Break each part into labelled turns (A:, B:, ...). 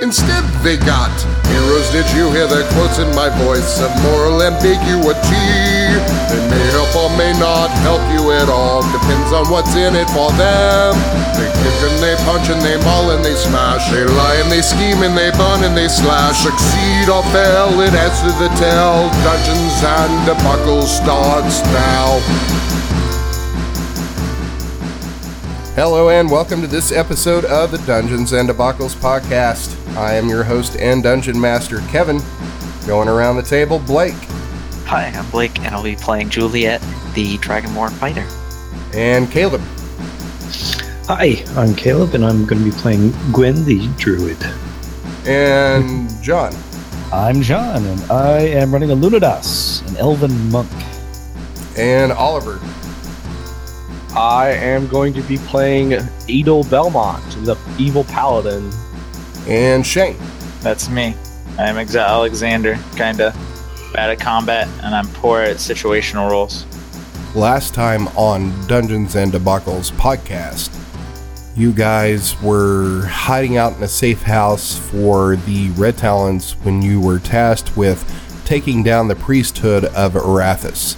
A: Instead, they got heroes. Did you hear the quotes in my voice of moral ambiguity? They may help or may not help you at all. Depends on what's in it for them. They kick and they punch and they maul and they smash. They lie and they scheme and they burn and they slash. Succeed or fail, it adds to the tale. Dungeons and debacle starts now. Hello and welcome to this episode of the Dungeons and Debacles podcast. I am your host and dungeon master, Kevin. Going around the table, Blake.
B: Hi, I'm Blake, and I'll be playing Juliet, the Dragonborn fighter.
A: And Caleb.
C: Hi, I'm Caleb, and I'm going to be playing Gwen the Druid.
A: And John.
D: I'm John, and I am running a Lunadas, an elven monk.
A: And Oliver.
E: I am going to be playing Edel Belmont, the evil paladin.
A: And Shane.
F: That's me. I'm Exa- Alexander, kinda bad at combat, and I'm poor at situational roles.
A: Last time on Dungeons and Debacles podcast, you guys were hiding out in a safe house for the Red Talons when you were tasked with taking down the priesthood of Arathis.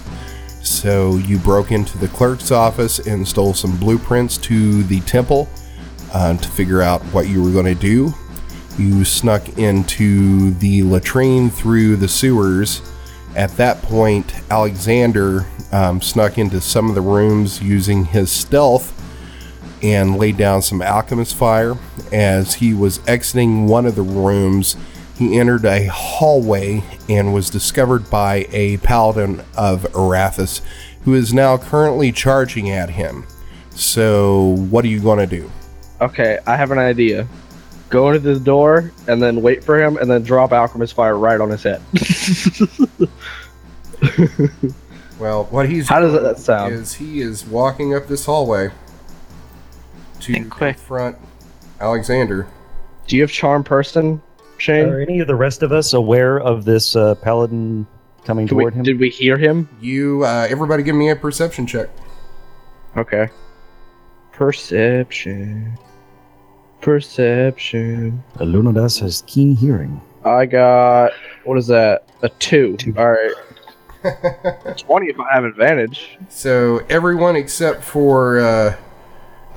A: So you broke into the clerk's office and stole some blueprints to the temple um, to figure out what you were going to do. You snuck into the latrine through the sewers. At that point, Alexander um, snuck into some of the rooms using his stealth and laid down some alchemist fire. As he was exiting one of the rooms, he entered a hallway and was discovered by a paladin of Arathis, who is now currently charging at him. So, what are you going to do?
E: Okay, I have an idea. Go to the door and then wait for him and then drop Alchemist Fire right on his head.
A: Well, what he's
E: How does that sound?
A: is he is walking up this hallway to
B: Think quick.
A: confront Alexander.
E: Do you have Charm Person, Shane?
D: Are any of the rest of us aware of this uh, paladin coming
E: Did we,
D: toward him?
E: did we hear him?
A: You, uh, everybody, give me a perception check.
E: Okay. Perception. Perception.
D: A Lunadas has keen hearing.
E: I got, what is that? A two.
D: Two.
E: All right. 20 if I have advantage.
A: So everyone except for uh,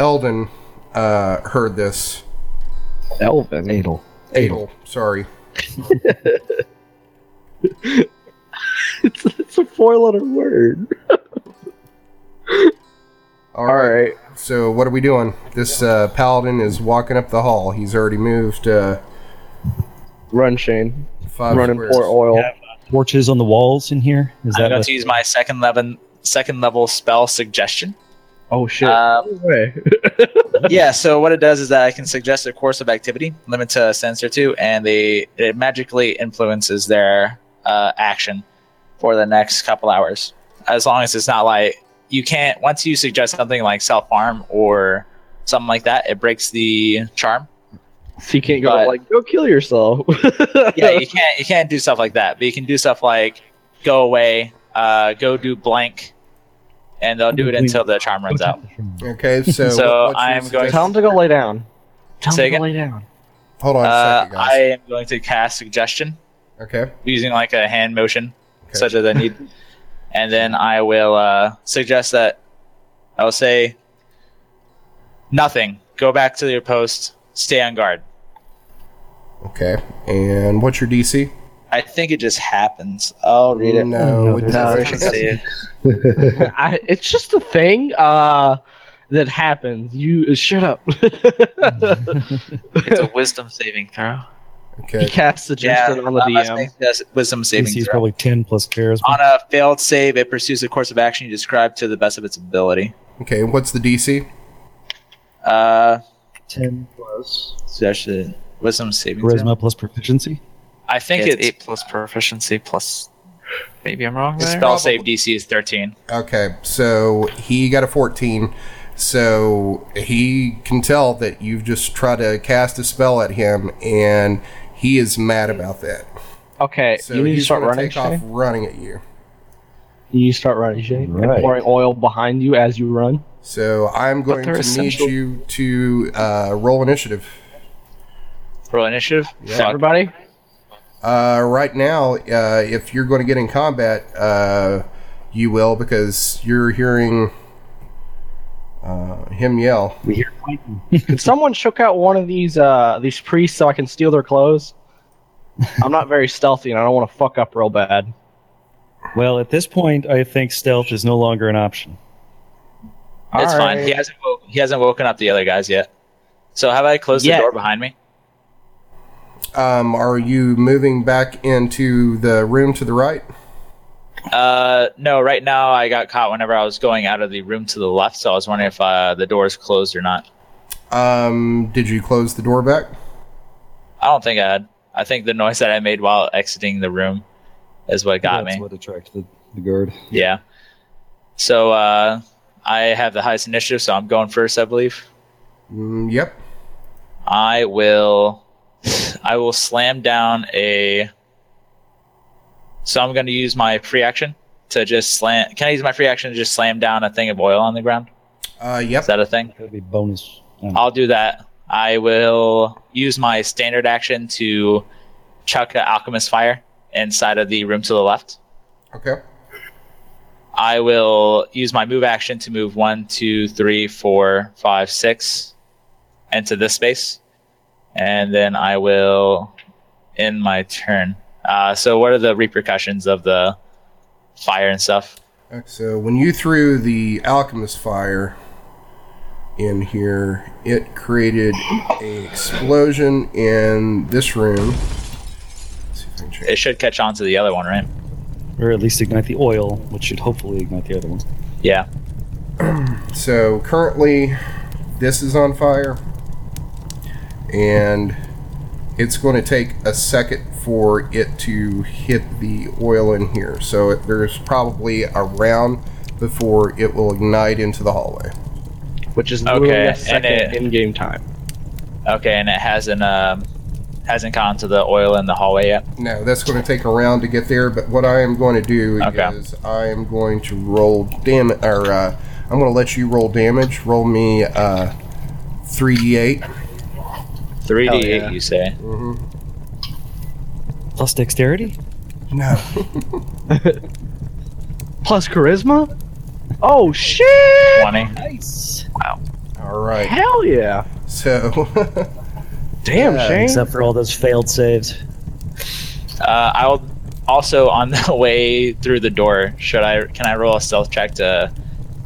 A: Eldon uh, heard this.
E: Elven.
D: Adel.
A: Adel, sorry.
E: It's, it's a four letter word.
A: All
E: All
A: right.
E: right.
A: So what are we doing? This uh, paladin is walking up the hall. He's already moved uh,
E: Run, Shane.
A: five
E: Run and
A: squares.
E: pour oil.
F: Yeah.
D: Torches on the walls in here? Is
F: I'm
D: that
F: going
D: what-
F: to use my second level, second level spell suggestion.
E: Oh shit.
F: Um,
E: No way.
F: yeah, so what it does is that I can suggest a course of activity, limit to a sense or two, and they it magically influences their uh, action for the next couple hours. As long as it's not like you can't once you suggest something like self harm or something like that, it breaks the charm.
E: So you can't go
F: But-
E: like go kill yourself.
F: yeah, you can't you can't do stuff like that, but you can do stuff like go away, uh, go do blank, and they'll do it until the charm runs out.
A: Okay, so
F: So
A: what- what's your
F: I am going-
A: suggestion?
E: Tell him to go lay down.
F: Tell Say me to again?
B: lay down.
A: Hold on a
F: Uh,
A: second,
F: I
A: guys.
F: am going to cast suggestion
A: Okay.
F: using like a hand motion,
A: Okay.
F: such as I need, and then I will uh, suggest that I will say nothing. Go back to your post. Stay on guard.
A: Okay. And what's your DC?
F: I think it just happens. I'll read it.
A: No, it
D: No,
A: doesn't.
F: Let's see.
E: I, it's just a thing uh, that happens. You uh, shut up.
B: It's a wisdom saving throw.
E: he
A: Okay.
E: casts
F: Yeah,
E: suggestion on the
F: I must
E: DM.
F: make this wisdom saving
D: DC's
F: throw.
D: probably 10 plus charisma.
F: On a failed save, it pursues a course of action you describe to the best of its ability.
A: Okay. What's the DC?
F: Uh,
D: 10 plus.
F: so that's the wisdom saving throw.
D: Charisma plus proficiency?
F: I think
B: It's
F: it's,
B: eight plus proficiency plus. Maybe I'm wrong
F: the
B: there.
F: spell save DC is 13.
A: Okay. So he got a 14. So he can tell that you've just tried to cast a spell at him, and he is mad about that.
E: Okay,
A: So
E: you need to
A: he's
E: start
A: gonna
E: running,
A: take off
E: Shay.
A: running at you.
E: You start running, Shay. and
D: Right.
E: pouring oil behind you as you run.
A: So I'm going
B: they're
A: to
B: essential.
A: need you to uh, roll initiative.
F: Roll initiative. Fuck.
E: Everybody,
A: Uh, right now, uh, if you're going to get in combat, uh, you will because you're hearing uh, him yell.
C: We hear
E: could someone shook out one of these uh these priests so I can steal their clothes? I'm not very stealthy, and I don't want to fuck up real bad.
D: Well, at this point, I think stealth is no longer an option.
F: It's fine.
E: Alright.
F: He hasn't woke, he hasn't woken up the other guys yet. So have I closed
B: Yeah.
F: the door behind me?
A: Um, are you moving back into the room to the right?
F: Uh, no. Right now, I got caught whenever I was going out of the room to the left. So I was wondering if uh, the door is closed or not.
A: Um, did you close the door back?
F: I don't think I had. I think the noise that I made while exiting the room is what got
D: That's
F: me.
D: what attracted the guard.
F: Yeah. So uh, I have the highest initiative, so I'm going first, I believe.
A: Mm, yep.
F: I will I will slam down a So I'm gonna use my free action to just slam can I use my free action to just slam down a thing of oil on the ground?
A: Uh,
F: Is
A: yep.
F: that a thing?
D: That'd be bonus. um,
F: I'll do that. I will use my standard action to chuck an alchemist fire inside of the room to the left.
A: Okay.
F: I will use my move action to move one, two, three, four, five, six into this space. And then I will end my turn. Uh, so, what are the repercussions of the fire and stuff?
A: So when you threw the alchemist fire in here, it created an explosion in this room. Let's see if I can
F: It
A: change-
F: should catch on to the other one, right?
D: Or at least ignite the oil, which should hopefully ignite the other one.
F: Yeah.
A: So currently, this is on fire, and it's going to take a second for it to hit the oil in here. So it, there's probably a round before it will ignite into the hallway.
E: Which is
F: Okay,
E: literally a
F: and
E: second
F: it-
E: in game time.
F: Okay, and it hasn't um, hasn't gone to the oil in the hallway yet.
A: No, that's going to take a round to get there. But what I am going to do
F: Okay.
A: is I am going to roll damage, or uh, I'm going to let you roll damage. Roll me uh, 3d8.
F: 3d8,
E: Hell yeah.
F: you say?
A: Mm-hmm.
D: Plus dexterity?
A: No,
E: Plus charisma. Oh shit!
F: 20.
D: Nice.
A: all right.
E: Hell yeah!
A: So
E: Damn, Shane.
D: Except for all those failed saves.
F: Uh, I'll also on the way through the door. Should I? Can I roll a stealth check to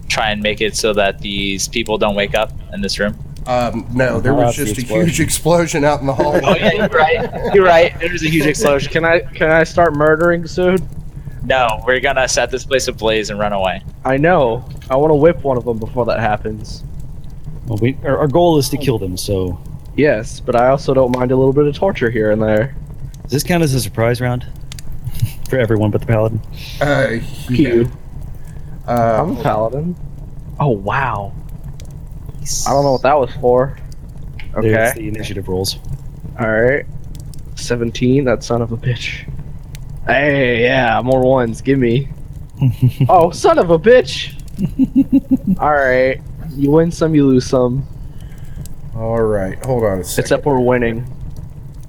F: try and make it so that these people don't wake up in this room?
A: um, no, there was just a huge explosion out in the
F: Oh
A: hallway.
F: yeah, you're right. You're right. There's a huge explosion.
E: Can I can I start murdering soon?
F: No, we're gonna set this place ablaze and run away.
E: I know. I want to whip one of them before that happens.
D: Well, we, our, our goal is to kill them, so.
E: Yes, but I also don't mind a little bit of torture here and there.
D: Does this count as a surprise round? For everyone but the paladin?
A: Uh, yeah.
E: Cute. I'm
A: Uh,
E: a paladin. Oh wow. I don't know what that was for.
D: There's
E: Okay.
D: the initiative rolls.
E: All right. 17. That son of a bitch. Hey, yeah, more ones. Give me. oh, son of a bitch. All right. You win some, you lose some.
A: all right, hold on a second.
E: Except we're winning.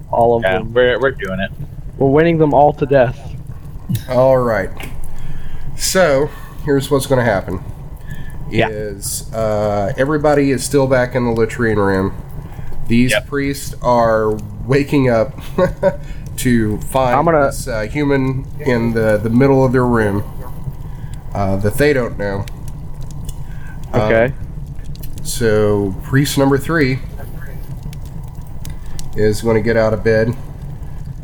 E: All of
F: Yeah,
E: them.
F: we're, we're doing it.
E: We're winning them all to death.
A: All right. So here's what's going to happen.
F: Yeah.
A: Is uh, everybody is still back in the latrine room? These
F: Yep.
A: priests are waking up to find
E: I'm gonna-
A: this uh, human in the the middle of their room uh, that they don't know. Um,
E: Okay.
A: so priest number three is going to get out of bed.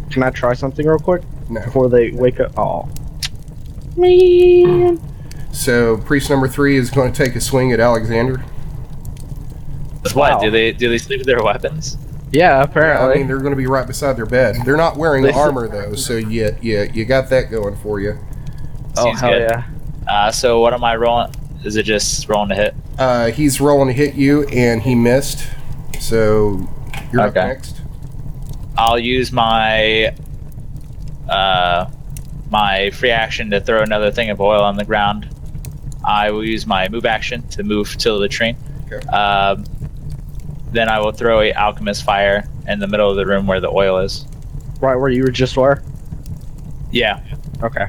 E: Can I try something real quick
A: No.
E: before they wake up? Oh.
A: So priest number three is going to take a swing at Alexander.
F: What
E: Wow.
F: do they do? They sleep with their weapons?
E: Yeah,
A: Yeah, I
E: apparently.
A: mean, they're going to be right beside their bed. They're not wearing
E: They-
A: armor though, so yeah, yeah, you got that going for you.
E: oh,
F: Seems
E: hell
F: good.
E: yeah.
F: Uh, so what am I rolling? Is it just rolling to hit?
A: Uh, he's rolling to hit you, and he missed. So you're
F: Okay.
A: up next.
F: I'll use my uh, my free action to throw another thing of oil on the ground. I will use my move action to move to the train.
A: Okay.
F: Um, then I will throw a alchemist fire in the middle of the room where the oil is.
E: Right where you were just were.
F: Yeah,
E: Okay.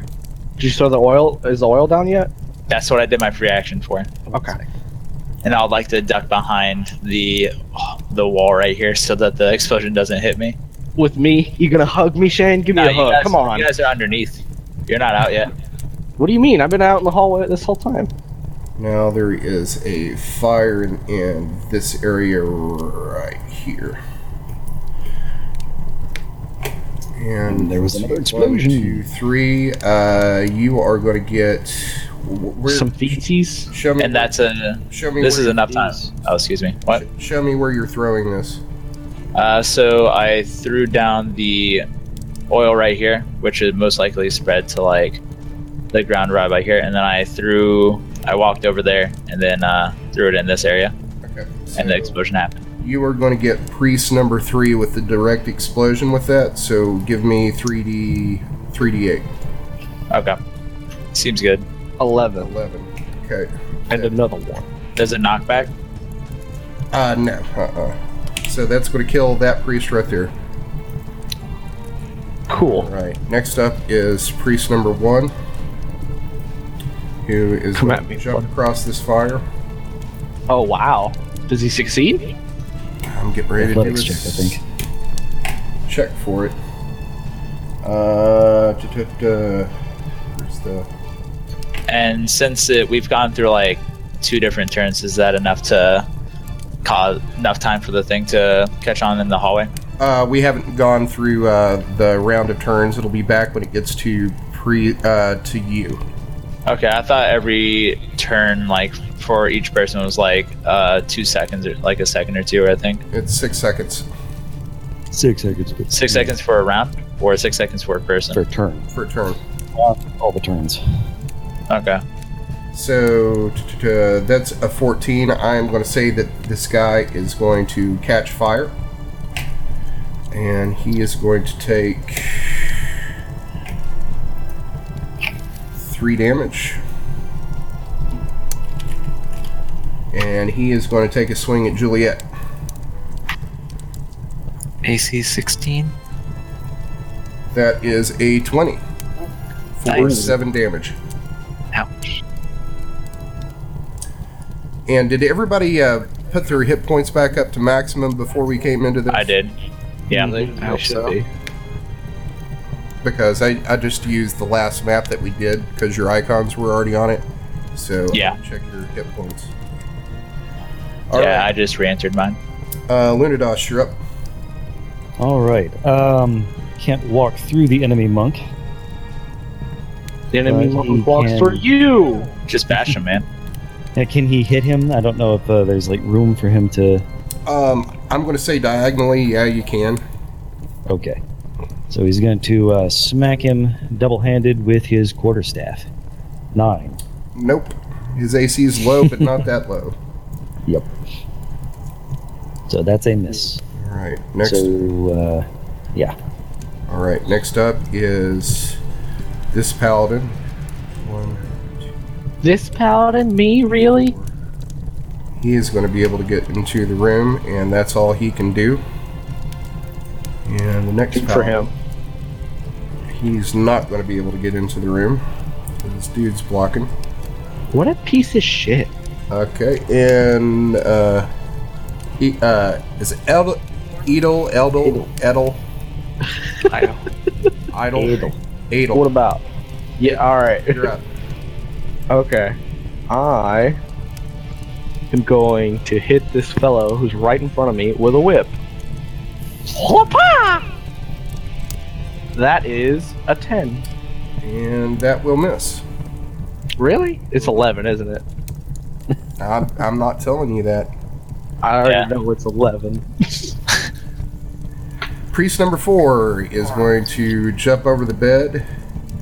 E: Did you throw the oil? Is the oil down yet?
F: that's what I did my free action for.
E: Okay.
F: And I'd like to duck behind the the wall right here so that the explosion doesn't hit me.
E: With me, you gonna hug me, Shane? Give me
F: No,
E: a
F: you
E: hug.
F: guys-
E: Come on.
F: you guys are underneath. You're not out yet.
E: What do you mean? I've been out in the hallway this whole time.
A: Now there is a fire in- in this area right here. And
D: There was another
A: one,
D: explosion.
A: two, three. Uh, you are going to get. wh- Where,
E: Some feces.
A: show me
F: And that's a
A: Show me
F: this
A: where
F: is
A: you're-
F: enough time. Oh, excuse me. What?
A: Show me where you're throwing this.
F: Uh, so I threw down the oil right here, which is most likely spread to like the ground right by here, and then I threw, I walked over there, and then uh, threw it in this area,
A: Okay.
F: and the
A: so-
F: explosion happened.
A: You are going to get priest number three with the direct explosion with that. So give me three D, three D eight,
F: Okay, seems good.
E: Eleven.
A: eleven. Okay.
E: And another one.
F: Does it knock back?
A: Uh no. Uh uh So that's going to kill that priest right there.
E: Cool.
A: All right. Next up is priest number one, who is
E: Come
A: gonna
E: at me,
A: jump across this fire.
E: Oh wow. Does he succeed?
A: I'm getting ready
D: Athletics
A: to do
D: check,
A: a
D: I think.
A: check for it. Uh, duh, duh, duh. where's the
F: And since it, we've gone through like two different turns, is that enough to cause enough time for the thing to catch on in the hallway?
A: Uh, we haven't gone through uh, the round of turns. It'll be back when it gets to pre uh, to you.
F: Okay, I thought every turn, like for each person, was like uh, two seconds or like a second or two. I think
A: It's six seconds
D: Six seconds. but-
F: six seconds for a round, or six seconds for a person.
D: for a turn.
A: per turn.
D: All the turns.
F: Okay,
A: So t- t- t- that's a 14. I'm going to say that this guy is going to catch fire, and he is going to take three damage. And he is going to take a swing at Juliet.
B: AC 16.
A: That is a 20 for
B: Nice.
A: 7 damage.
B: Ouch.
A: And did everybody uh, put their hit points back up to maximum before we came into this?
F: I did. Yeah,
B: I hope so.
A: Because I, I just used the last map that we did because your icons were already on it. So
F: Yeah.
A: check your hit points.
F: yeah, I
A: Alright,
F: just re-entered mine.
A: uh, Lunados, you're up.
D: All right. Um, can't walk through the enemy monk.
E: The enemy
D: But
E: monk
D: he
E: walks
D: can-
E: through you.
F: Just bash him, man.
D: Now, can he hit him? I don't know if uh, there's like room for him to.
A: Um, I'm going to say diagonally, yeah, you can.
D: Okay. So he's going to uh, smack him double-handed with his quarterstaff. Nine.
A: Nope. His AC is low, but not that low.
D: So that's a miss.
A: All right, next.
D: So uh,
A: All right, next up is this paladin. One,
E: This paladin, me, really?
A: he is going to be able to get into the room, and that's all he can do. And the next
E: Good for him.
A: he's not going to be able to get into the room. This dude's blocking.
E: What a piece of shit.
A: Okay, and uh, he, uh, is it Edel, Edel, Edel, Edel,
B: I
A: Idle,
E: Edel. What
A: Edel.
E: about? Yeah. All right.
A: You're up.
E: Okay. I am going to hit this fellow who's right in front of me with a whip. Whoopah! That is a 10.
A: And that will miss.
E: Really? It's 11, isn't it?
A: I'm, I'm not telling you that.
E: I already
F: Yeah.
E: know it's 11.
A: Priest number four is going to jump over the bed.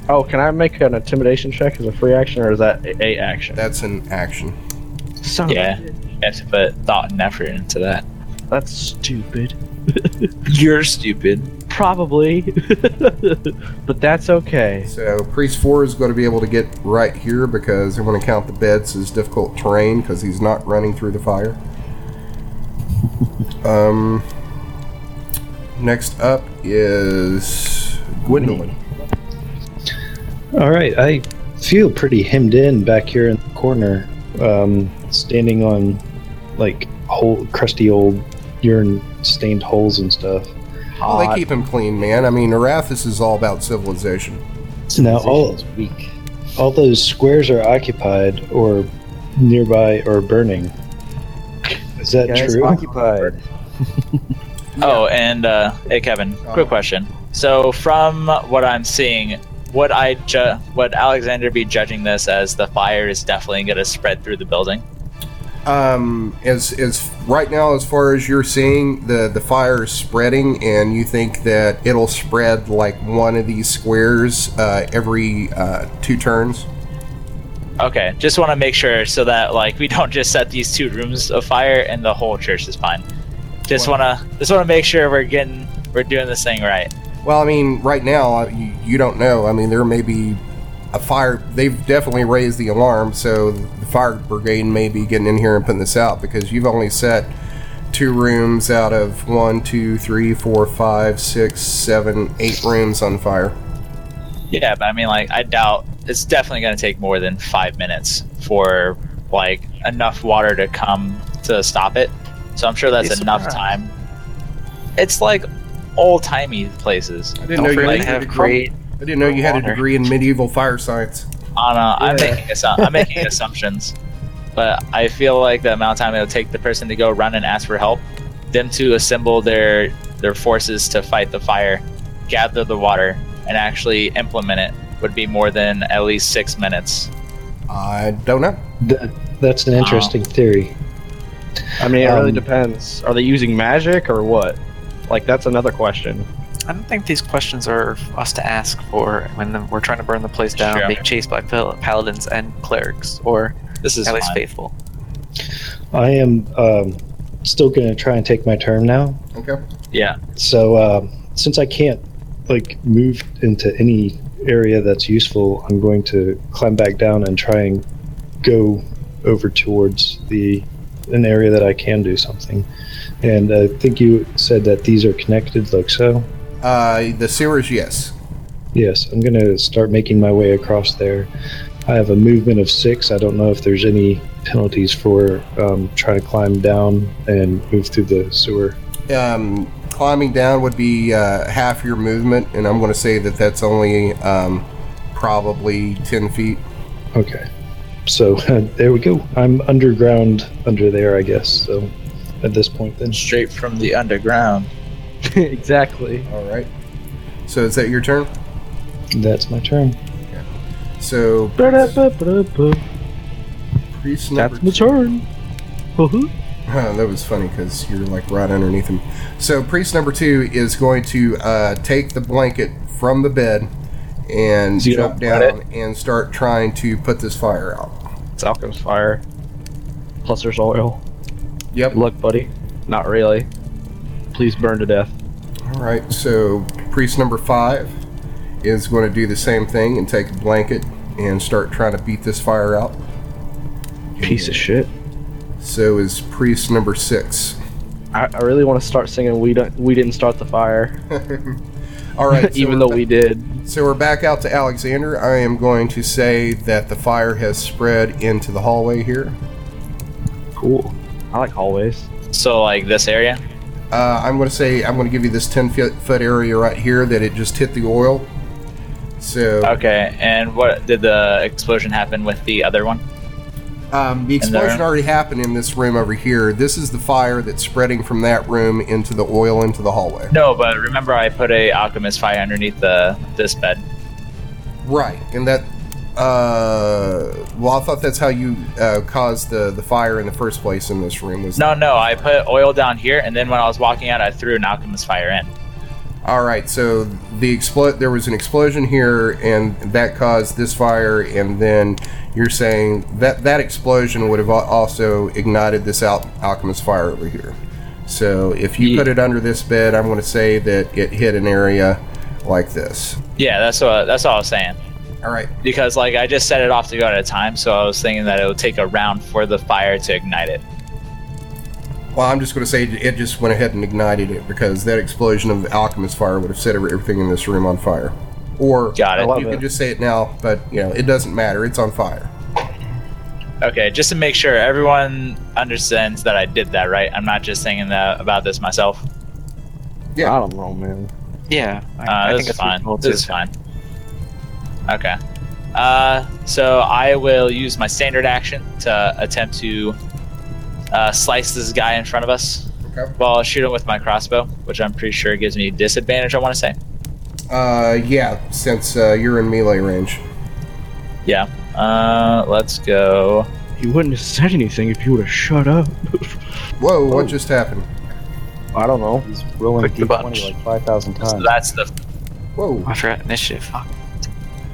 E: Oh, can I make an intimidation check as a free action or is that a, a action?
A: That's an action.
E: Son of a
F: Yeah.
E: bitch.
F: You have to put thought and effort into that.
E: That's stupid.
F: You're stupid.
E: Probably. but that's okay.
A: So priest four is going to be able to get right here because I'm going to count the beds as difficult terrain because he's not running through the fire. um. Next up is Gwendolyn.
C: All right, I feel pretty hemmed in back here in the corner, um, standing on like whole crusty old urine-stained holes and stuff.
A: Well, they keep him clean, man. I mean, Arathis is all about civilization.
C: Now all
D: Civilization's weak.
C: all those squares are occupied or nearby or burning. Is that
G: Guys
C: true?
G: occupied.
F: Oh, and uh, hey, Kevin,
A: Uh-huh.
F: quick question. So, from what I'm seeing, would I ju- would Alexander be judging this as the fire is definitely going to spread through the building?
A: Um, as as right now, as far as you're seeing, the the fire is spreading, and you think that it'll spread like one of these squares uh, every uh, two turns.
F: Okay, just want to make sure so that like we don't just set these two rooms afire and the whole church is fine. Just
A: Wow.
F: want to just want to make sure we're getting we're doing this thing right.
A: Well, I mean, right now I- you, you don't know. I mean, there may be a fire. They've definitely raised the alarm, so the fire brigade may be getting in here and putting this out because you've only set two rooms out of one, two, three, four, five, six, seven, eight rooms on fire.
F: Yeah, but I mean like I doubt it's definitely going to take more than 5 minutes for like enough water to come to stop it. So I'm sure that's
B: Be
F: enough
B: surprised.
F: time. It's like old-timey places.
A: I
B: Don't forget
F: really
B: they have great.
A: I didn't know you had a
B: water.
A: degree in medieval fire science.
F: Anna, I'm
G: Yeah.
F: making assu- I'm making assumptions, but I feel like the amount of time it'll take the person to go run and ask for help, them to assemble their their forces to fight the fire, gather the water, and actually implement it would be more than at least six minutes.
A: I don't know.
C: That, that's an interesting theory.
E: I mean, it really
C: Um,
E: depends. Are they using magic or what? Like, that's another question.
B: I don't think these questions are for us to ask for when the, we're trying to burn the place down,
F: Sure.
B: being chased by pal- paladins and clerics, or
F: This is
B: at least
F: fine.
B: faithful.
C: I am um, still going to try and take my turn now.
A: Okay.
F: Yeah,
C: So uh, since I can't like move into any area that's useful, I'm going to climb back down and try and go over towards the an area that I can do something. And I think you said that these are connected, like so.
A: Uh, the sewers, yes.
C: Yes, I'm going to start making my way across there. I have a movement of six. I don't know if there's any penalties for um, trying to climb down and move through the sewer.
A: Um, climbing down would be uh, half your movement, and I'm going to say that that's only um, probably 10 feet.
C: Okay. So there we go. I'm underground under there, I guess. So at this point, then.
F: straight from the underground.
E: exactly.
A: All right. So is that your turn?
C: That's my turn.
A: So
E: That's
A: priest number
E: my turn. Woohoo.
A: Huh, that was funny because you're like right underneath him. So priest number two is going to uh, take the blanket from the bed and
F: So you
A: jump
F: don't want
A: down and start trying to put this fire out.
E: It's alchemist fire. Plus, there's oil.
A: Yep.
E: Good luck, buddy. Not really. Please burn to death.
A: All right, so priest number five is going to do the same thing and take a blanket and start trying to beat this fire out.
E: Piece of shit.
A: So is priest number six.
E: I, I really want to start singing. We don't. We didn't start the fire,
A: All right, so
E: even
A: we're
E: though we did.
A: So we're back out to Alexander. I am going to say that the fire has spread into the hallway here.
E: Cool. I like hallways.
F: So like this area.
A: Uh, I'm going to say I'm going to give you this 10 foot, foot area right here that it just hit the oil. So
F: Okay, and what did the explosion happen with the other one?
A: um, the explosion
F: there.
A: already happened in this room over here. This is the fire that's spreading from that room into the oil into the hallway.
F: No, but remember I put a alchemist fire underneath the this bed.
A: Right, and that. Uh, well, I thought that's how you uh, caused the the fire in the first place in this room. Was
F: No, no, I put oil down here, and then when I was walking out, I threw an alchemist fire in.
A: All right, so the explo- there was an explosion here, and that caused this fire, and then You're saying that that explosion would have al- also ignited this al- alchemist fire over here. So if you
F: Ye-
A: put it under this bed, I'm going to say that it hit an area like this.
F: Yeah, that's what that's all I was saying.
A: All right.
F: Because like I just set it off to go at a time, so I was thinking that it would take a round for the fire to ignite it.
A: Well, I'm just going to say it just went ahead and ignited it because that explosion of alchemist fire would have set every- everything in this room on fire. Or
F: Got it. I
E: love
A: you
E: it.
A: can just say it now, but you know it doesn't matter. It's on fire.
F: Okay, just to make sure everyone understands that I did that, right? I'm not just thinking that about this myself.
A: Yeah.
E: I don't know, man.
B: Yeah,
F: Uh, this is
B: it's
F: fine.
B: reasonable
F: This
B: to-
F: is fine. Okay. Uh, so I will use my standard action to attempt to uh, slice this guy in front of us.
A: Okay.
F: Well, I'll shoot him with my crossbow, which I'm pretty sure gives me disadvantage. I want to say.
A: Uh, yeah. Since uh, you're in melee range.
F: Yeah. Uh, let's go.
E: You wouldn't have said anything if you would have shut up.
A: Whoa!
E: Oh.
A: What just happened?
E: I don't know.
D: He's rolling
B: Click the
D: d20
B: button.
D: like 5,000
F: So
D: times.
F: that's the.
A: Whoa!
B: I forgot initiative.
F: Uh,
B: Fuck.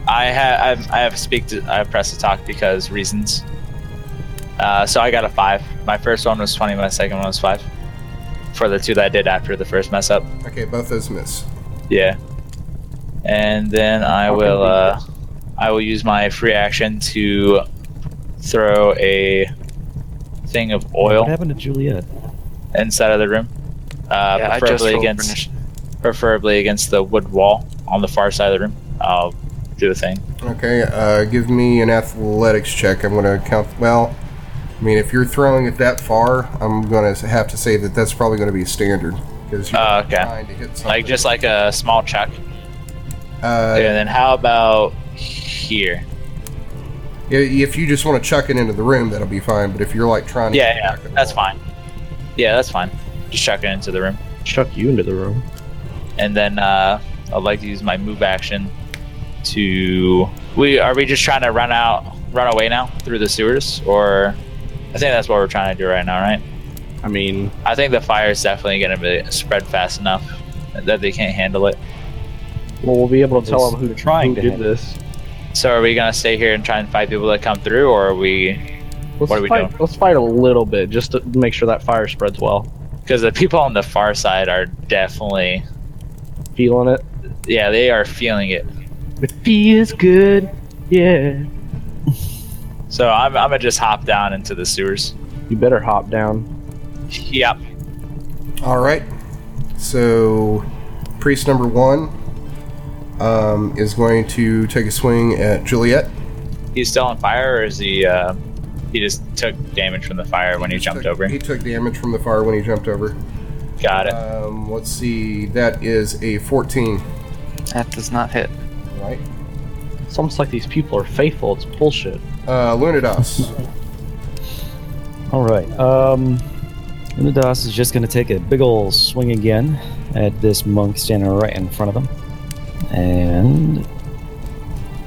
F: I have. I have speak to. I have press to talk because reasons. Uh, so I got a five. My first one was twenty. My second one was five. For the two that I did after the first mess up.
A: Okay, both those miss.
F: Yeah. And then I will uh, I will use my free action to throw a thing of
D: What
F: oil
D: happened to Juliet?
F: inside of the room. Uh,
B: yeah, I just
F: preferably
B: rolled for
F: against
B: initiative.
F: preferably against the wood wall on the far side of the room. I'll do a thing.
A: Okay, uh, give me an athletics check. I'm going to count. Well, I mean, if you're throwing it that far, I'm going to have to say that that's probably going to be standard because you're
F: Uh, okay.
A: trying to hit something.
F: Like just like a small chuck.
B: Oh,
A: uh,
F: and then how about here?
A: i- if you just want to chuck it into the room, that'll be fine. But if you're like trying to,
F: Yeah,
A: get
F: yeah,
A: back at the
F: that's
A: wall-
F: fine. Yeah, that's fine. Just chuck it into the room.
E: Chuck you into the room.
F: and then uh, I'd like to use my move action to. We are we just trying to run out, run away now through the sewers, or I think that's what we're trying to do right now, right?
E: I mean,
F: I think the fire is definitely going to be spread fast enough that they can't handle it.
E: well, we'll be able to tell
D: It's
E: them who,
D: trying
E: who
D: to
E: did this.
F: So are we going to stay here and try and fight people that come through, or are we?
E: Let's
F: What are we
E: fight, Let's fight a little bit just to make sure that fire spreads well.
F: Because the people on the far side are definitely,
E: Feeling it.
F: yeah, they are feeling it.
E: It feels good. Yeah.
F: So I'm, I'm gonna just hop down into the sewers.
E: You better hop down.
F: Yep.
A: All right. So, priest number one um, is going to take a swing at Juliet.
F: He's still on fire, or is he? Uh, he just took damage from the fire when he jumped
A: Took-
F: over.
A: He took damage from the fire when he jumped over.
F: Got it.
A: Um, let's see. That is a 14.
B: That does not hit.
A: Right.
E: It's almost like these people are faithful. It's bullshit.
A: Uh, Lunados.
D: All right. Um, Lunadas is just going to take a big ol' swing again at this monk standing right in front of him. And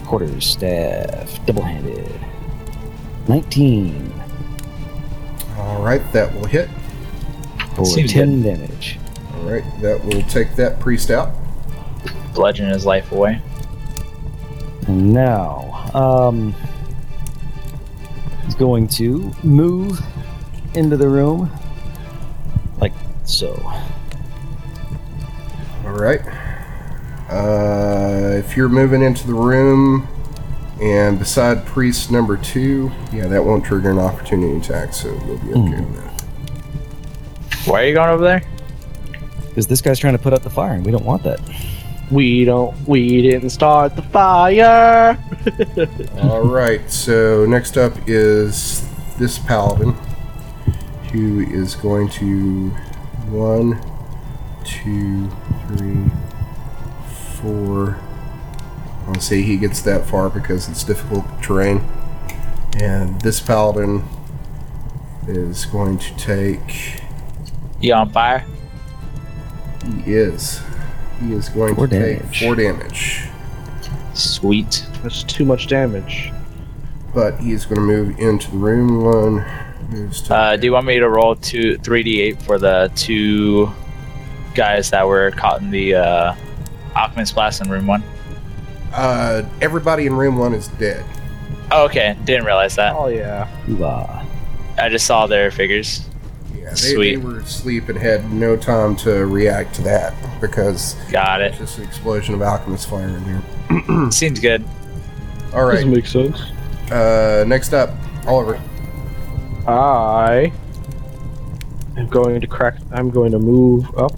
D: quarter staff, double handed. 19
A: All right, that will hit.
D: for
F: Seems
D: 10 damage.
A: All right, that will take that priest out.
F: bludgeon his life away.
D: And now, um, he's going to move into the room like so.
A: All right. Uh, if you're moving into the room and beside priest number two, yeah, that won't trigger an opportunity attack, so you'll be okay
D: Hmm.
A: with that.
F: Why are you going over there?
D: Because this guy's trying to put out the fire, and we don't want that.
E: We don't. We didn't start the fire.
A: All right, so next up is this paladin, who is going to one, two, three, four. Let's see, he gets that far because it's difficult terrain. And this paladin is going to take.
F: You on fire?
A: He is. He is going
D: Four
A: to
D: damage.
A: take four damage.
F: Sweet.
E: That's too much damage.
A: But he is going to move into the room. One moves to.
F: Uh, do you want me to roll two, three d eight for the two guys that were caught in the uh, Alchemist Blast in room one?
A: Uh, everybody in room one is dead.
F: Oh, okay, didn't realize that.
E: Oh yeah.
D: Ooh-ah.
F: I just saw their figures.
A: Yeah, they, they
F: Sweet.
A: were asleep and had no time to react to that because
F: Got
A: it's
F: it.
A: just an explosion of alchemist fire in here.
E: Hmm.
F: Seems good.
A: All right,
C: Doesn't make sense.
A: uh, next up, Oliver.
E: I am going to crack. I'm going to move up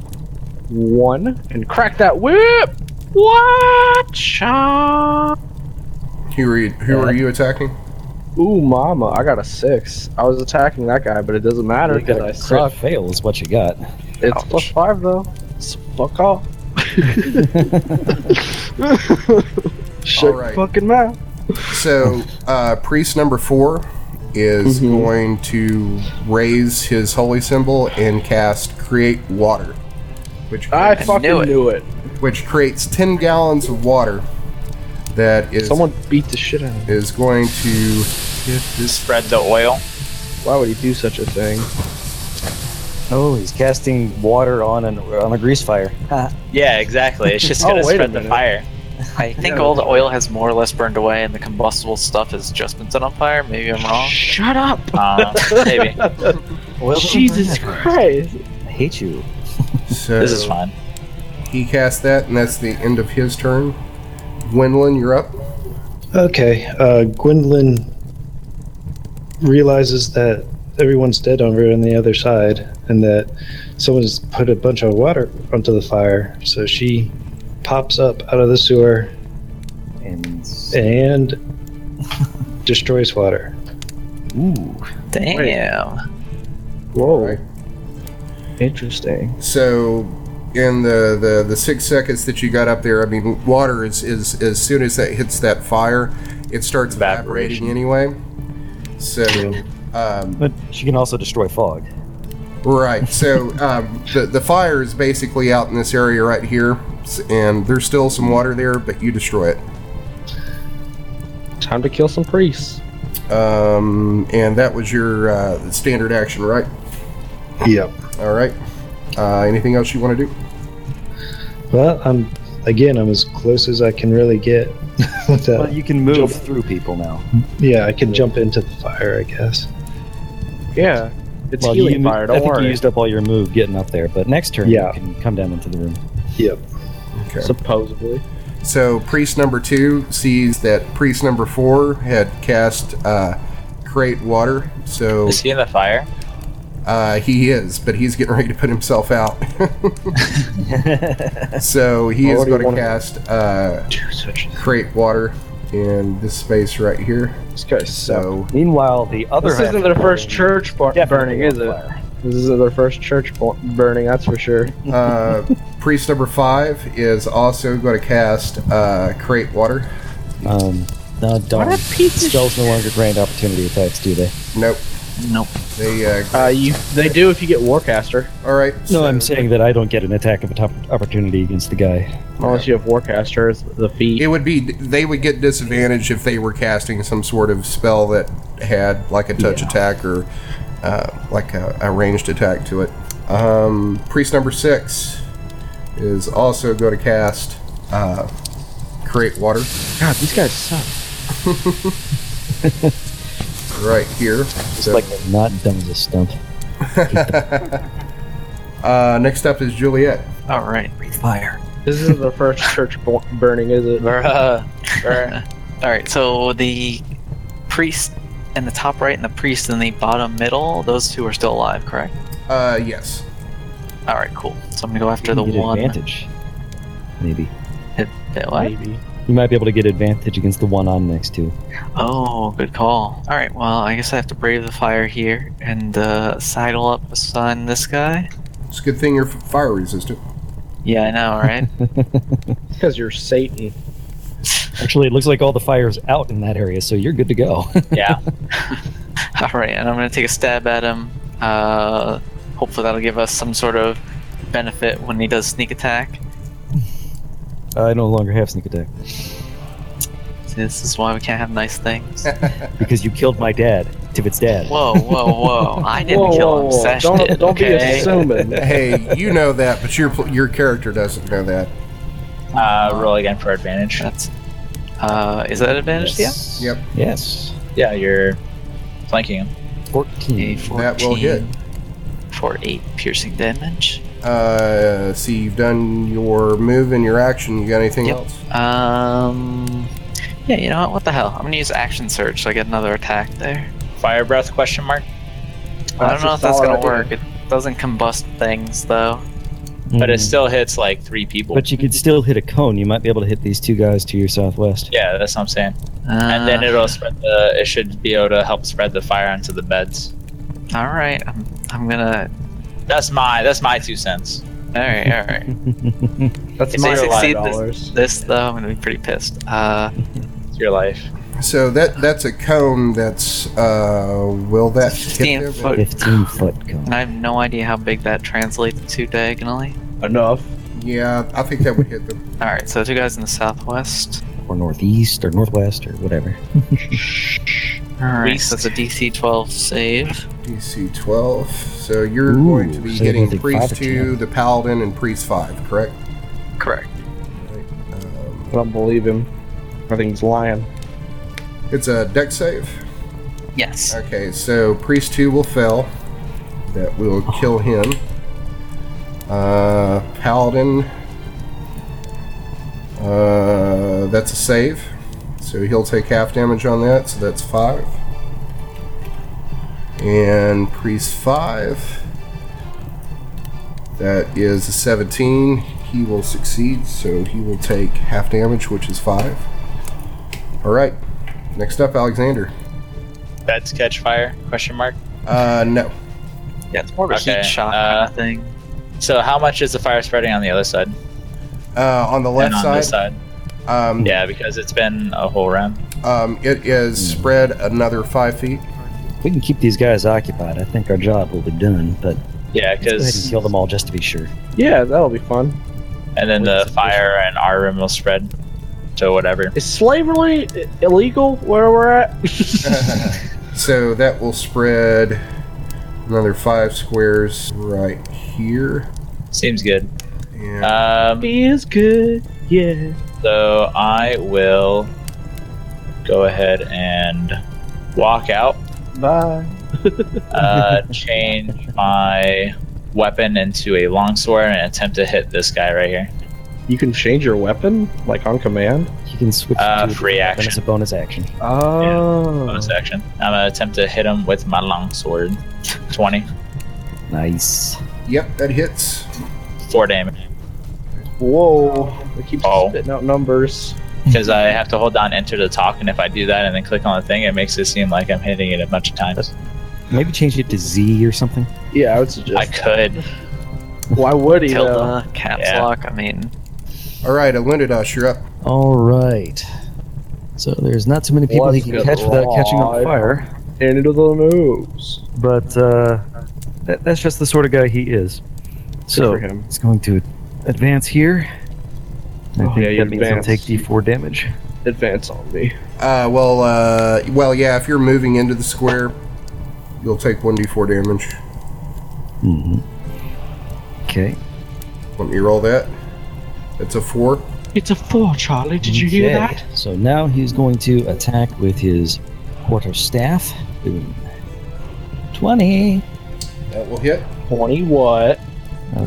E: one and crack that whip. Watch out!
A: Who are you, who are you attacking?
E: Ooh, mama! I got a six. I was attacking that guy, but it doesn't matter
D: You got
E: because
D: a
E: I
D: crit
E: suck.
D: fail is what you got.
E: It's
F: Ouch.
E: plus five though. It's fuck off. Shut
A: Alright.
E: fucking mouth.
A: So, uh, priest number four is
E: Mhm.
A: going to raise his holy symbol and cast create water, which
E: I
A: creates,
E: fucking
B: knew
E: knew
B: it.
E: it.
A: which creates ten gallons of water. That is
E: Someone beat the shit out of me.
A: is going to hit this.
F: Spread the oil.
E: Why would he do such a thing?
D: Oh, he's casting water on an on a grease fire.
F: Yeah, exactly. It's just
E: Oh,
F: gonna
E: wait a
F: spread the
E: minute.
F: fire.
B: I think all the oil has more or less burned away, and the combustible stuff has just been set on fire. Maybe I'm wrong.
E: Shut up!
F: Uh, maybe
D: Well,
E: Jesus Christ!
D: I hate you.
A: So
F: this is fine.
A: he cast that, and that's the end of his turn. Gwendolyn, you're up.
C: Okay, uh, Gwendolyn realizes that everyone's dead over on the other side and that someone's put a bunch of water onto the fire. So she pops up out of the sewer
D: And s-
C: and destroys water.
D: ooh,
B: Damn.
E: Whoa,
A: Right.
E: interesting.
A: So, in the, the, the six seconds that you got up there, I mean, water is, is as soon as that hits that fire, it starts evaporating anyway.
F: Evaporation.
A: So, um,
D: but she can also destroy fog.
A: right. So, um, the, the fire is basically out in this area right here, s- and there's still some water there, but you destroy it.
E: Time to kill some priests.
A: Um, and that was your uh, standard action, right?
C: Yep.
A: All right. Uh, anything else you want to do?
C: Well, I'm again, I'm as close as I can really get with that.
D: Well, you can move Uh, through people now.
C: yeah, I can jump into the fire, I guess.
E: Yeah, it's
D: Well, you,
E: healing fire. Don't
D: I think
E: worry.
D: you used up all your move getting up there, but next turn
C: Yeah.
D: you can come down into the room.
C: Yep.
A: Okay.
E: Supposedly.
A: So priest number two sees that priest number four had cast uh, create water. So
F: Is he in the fire?
A: uh, he is, but he's getting ready to put himself out. so he is
E: Already
A: going to
E: wanted-
A: cast uh, create water in this space right here.
E: This guy's so.
A: So
D: Meanwhile, the other
E: This
D: half
E: isn't
D: of
E: their
D: the
E: first
D: building
E: church bar-
D: definitely
E: burning, is
D: on
E: it?
D: fire.
E: This isn't their first church bo- burning, that's for sure.
A: uh, priest number five is also going to cast uh, create water.
D: Um, no, don't. Spells no longer grant opportunity attacks, do they?
A: Nope.
B: Nope.
A: They uh,
E: Uh, you, they do if you get Warcaster,
A: all right.
D: No,
A: so-
D: I'm saying that I don't get an attack of opp- opportunity against the guy.
E: unless you have Warcaster as the feat.
A: It would be they would get disadvantage if they were casting some sort of spell that had like a touch attack or uh, like a, a ranged attack to it. Um, priest number six is also going to cast uh, create water
E: God, these guys suck.
A: right here.
D: Just
A: So-
D: like not done with this stump.
A: uh, next up is Juliet.
B: All right. Fire.
E: This isn't their first church bo- burning, is it?
F: Bruh.
B: uh, All right. So the priest in the top right and the priest in the bottom middle, those two are still alive, correct?
A: Uh, yes.
B: All right. Cool. So I'm gonna go after
D: You
B: the
D: can get
B: one.
D: advantage. Maybe
B: Yeah, what?
E: Maybe.
D: you might be able to get advantage against the one I'm next to.
B: Oh, good call. All right. Well, I guess I have to brave the fire here and uh, sidle up beside this guy.
A: It's a good thing you're f- fire resistant.
B: Yeah, I know, right?
E: Because you're Satan.
D: Actually, it looks like all the fire's out in that area, so you're good to go.
F: Yeah.
B: All right, and I'm gonna take a stab at him. Uh, hopefully that'll give us some sort of benefit when he does sneak attack.
D: I no longer have sneak attack
B: See, This is why we can't have nice things.
D: because you killed my dad. Tibbet's dad.
B: Whoa, whoa, whoa! I didn't
E: Whoa,
B: kill
E: whoa,
B: him.
E: whoa.
B: Sash
E: Don't-
B: did.
E: don't be
B: okay?
E: assuming.
A: hey, you know that, but your pl- your character doesn't know that.
F: Uh, roll again for advantage.
B: That's Uh, is that advantage?
D: Yes.
A: Yep.
D: Yes.
F: Yeah, you're flanking him.
D: 14.
B: Yeah.
A: Mm, That will hit.
B: For eight piercing damage.
A: Uh, see, you've done your move and your action. You got anything
B: Yep.
A: else?
B: Um. Yeah, you know what? What the hell? I'm gonna use action surge so I get another attack there.
F: Fire breath question mark.
B: I don't know if that's
E: solid
B: gonna
E: idea.
B: work. It doesn't combust things though.
F: But it
D: Mhm.
F: still hits like three people.
D: But you could still hit a cone. You might be able to hit these two guys to your southwest.
F: yeah, that's what I'm saying.
B: Uh,
F: and then it'll spread the it should be able to help spread the fire onto the beds.
B: all right, I'm I'm gonna.
F: That's my that's my two cents.
B: All right, all right.
E: That's
B: If
E: my
B: they succeed, this-
E: dollars.
B: This though, I'm gonna be pretty pissed. Uh,
F: It's your life.
A: So that that's a cone. That's uh, will that hit
B: 15
A: them?
B: foot.
D: 15 foot cone.
B: and I have no idea how big that translates to diagonally.
E: Enough.
A: Yeah, I think that would hit them.
B: All right, so two guys in the southwest.
D: Or northeast or northwest or whatever.
B: All right,
F: East.
B: so it's a DC 12 save.
A: DC 12. So you're
D: Ooh,
A: going to be
D: so
A: hitting
D: you're gonna take
A: priest
D: five or
A: 2, the paladin, and priest 5, correct?
B: Correct.
A: Um,
E: I don't believe him. I think he's lying.
A: it's a deck save.
B: Yes.
A: Okay, so priest two will fail. That will kill him. Uh, paladin. Uh, that's a save. So he'll take half damage on that. So that's five. And priest five. That is a 17. He will succeed, so he will take half damage, which is five. All right. Next up, Alexander.
F: Beds catch fire? Question mark.
A: Uh, no.
B: Yeah, it's more of a
F: Okay,
B: heat shock
F: uh,
B: kind of thing.
F: So how much is the fire spreading on the other side?
A: Uh, on the left
F: and on
A: side,
F: this side.
A: Um,
F: Yeah, Hmm. because it's been a whole round.
A: um, it is spread another five feet.
D: If we can keep these guys occupied, I think our job will be done. But let's
F: Yeah,
D: go ahead and
F: because
D: kill them all just to be sure.
E: Yeah, that'll be fun.
F: and then the fire and our room will spread to whatever.
E: Is slavery i- illegal where we're at?
A: so that will spread another five squares right here.
F: Seems good.
A: And
F: Um,
E: Feels good. Yeah.
F: So I will go ahead and walk out,
E: Bye.
F: uh, change my weapon into a longsword, and attempt to hit this guy right here.
E: You can change your weapon like on command.
D: You can switch
F: Uh,
D: to a
F: free
D: different weapon
F: action.
D: as a bonus action.
E: Oh.
F: Bonus action. I'm gonna attempt to hit him with my longsword. 20.
D: Nice.
A: yep, that hits.
F: 4 damage.
E: Whoa. It keeps
F: Oh.
E: spitting out numbers.
F: Because I have to hold down enter to talk, and if I do that and then click on the thing, it makes it seem like I'm hitting it a bunch of times.
D: Maybe change it to Z or something.
E: Yeah, I would
F: I
E: suggest.
F: could.
E: Why would he? though?
B: Tilda, caps
F: Yeah.
B: lock. I mean,
A: All right, Alindadosh, you're up.
D: All right. So there's not too many people he
E: Let's
D: can
E: get
D: catch without catching on
E: live.
D: fire,
E: Into the nose.
D: but uh, that, that's just the sort of guy he is. So
E: Good for him.
D: it's going to advance here. I
E: Oh,
D: think
E: yeah, you
D: that means he'll
E: advance.
D: take D4 damage.
E: Advance on me.
A: Uh, well, uh, well, yeah. If you're moving into the square, you'll take one d4 damage.
D: Mm-hmm. Okay.
A: Let me roll that. It's a four.
E: It's a four, Charlie. Did you hear
D: Okay,
E: that?
D: So now he's going to attack with his quarter staff. Boom. 20.
A: That will hit.
E: 20 what?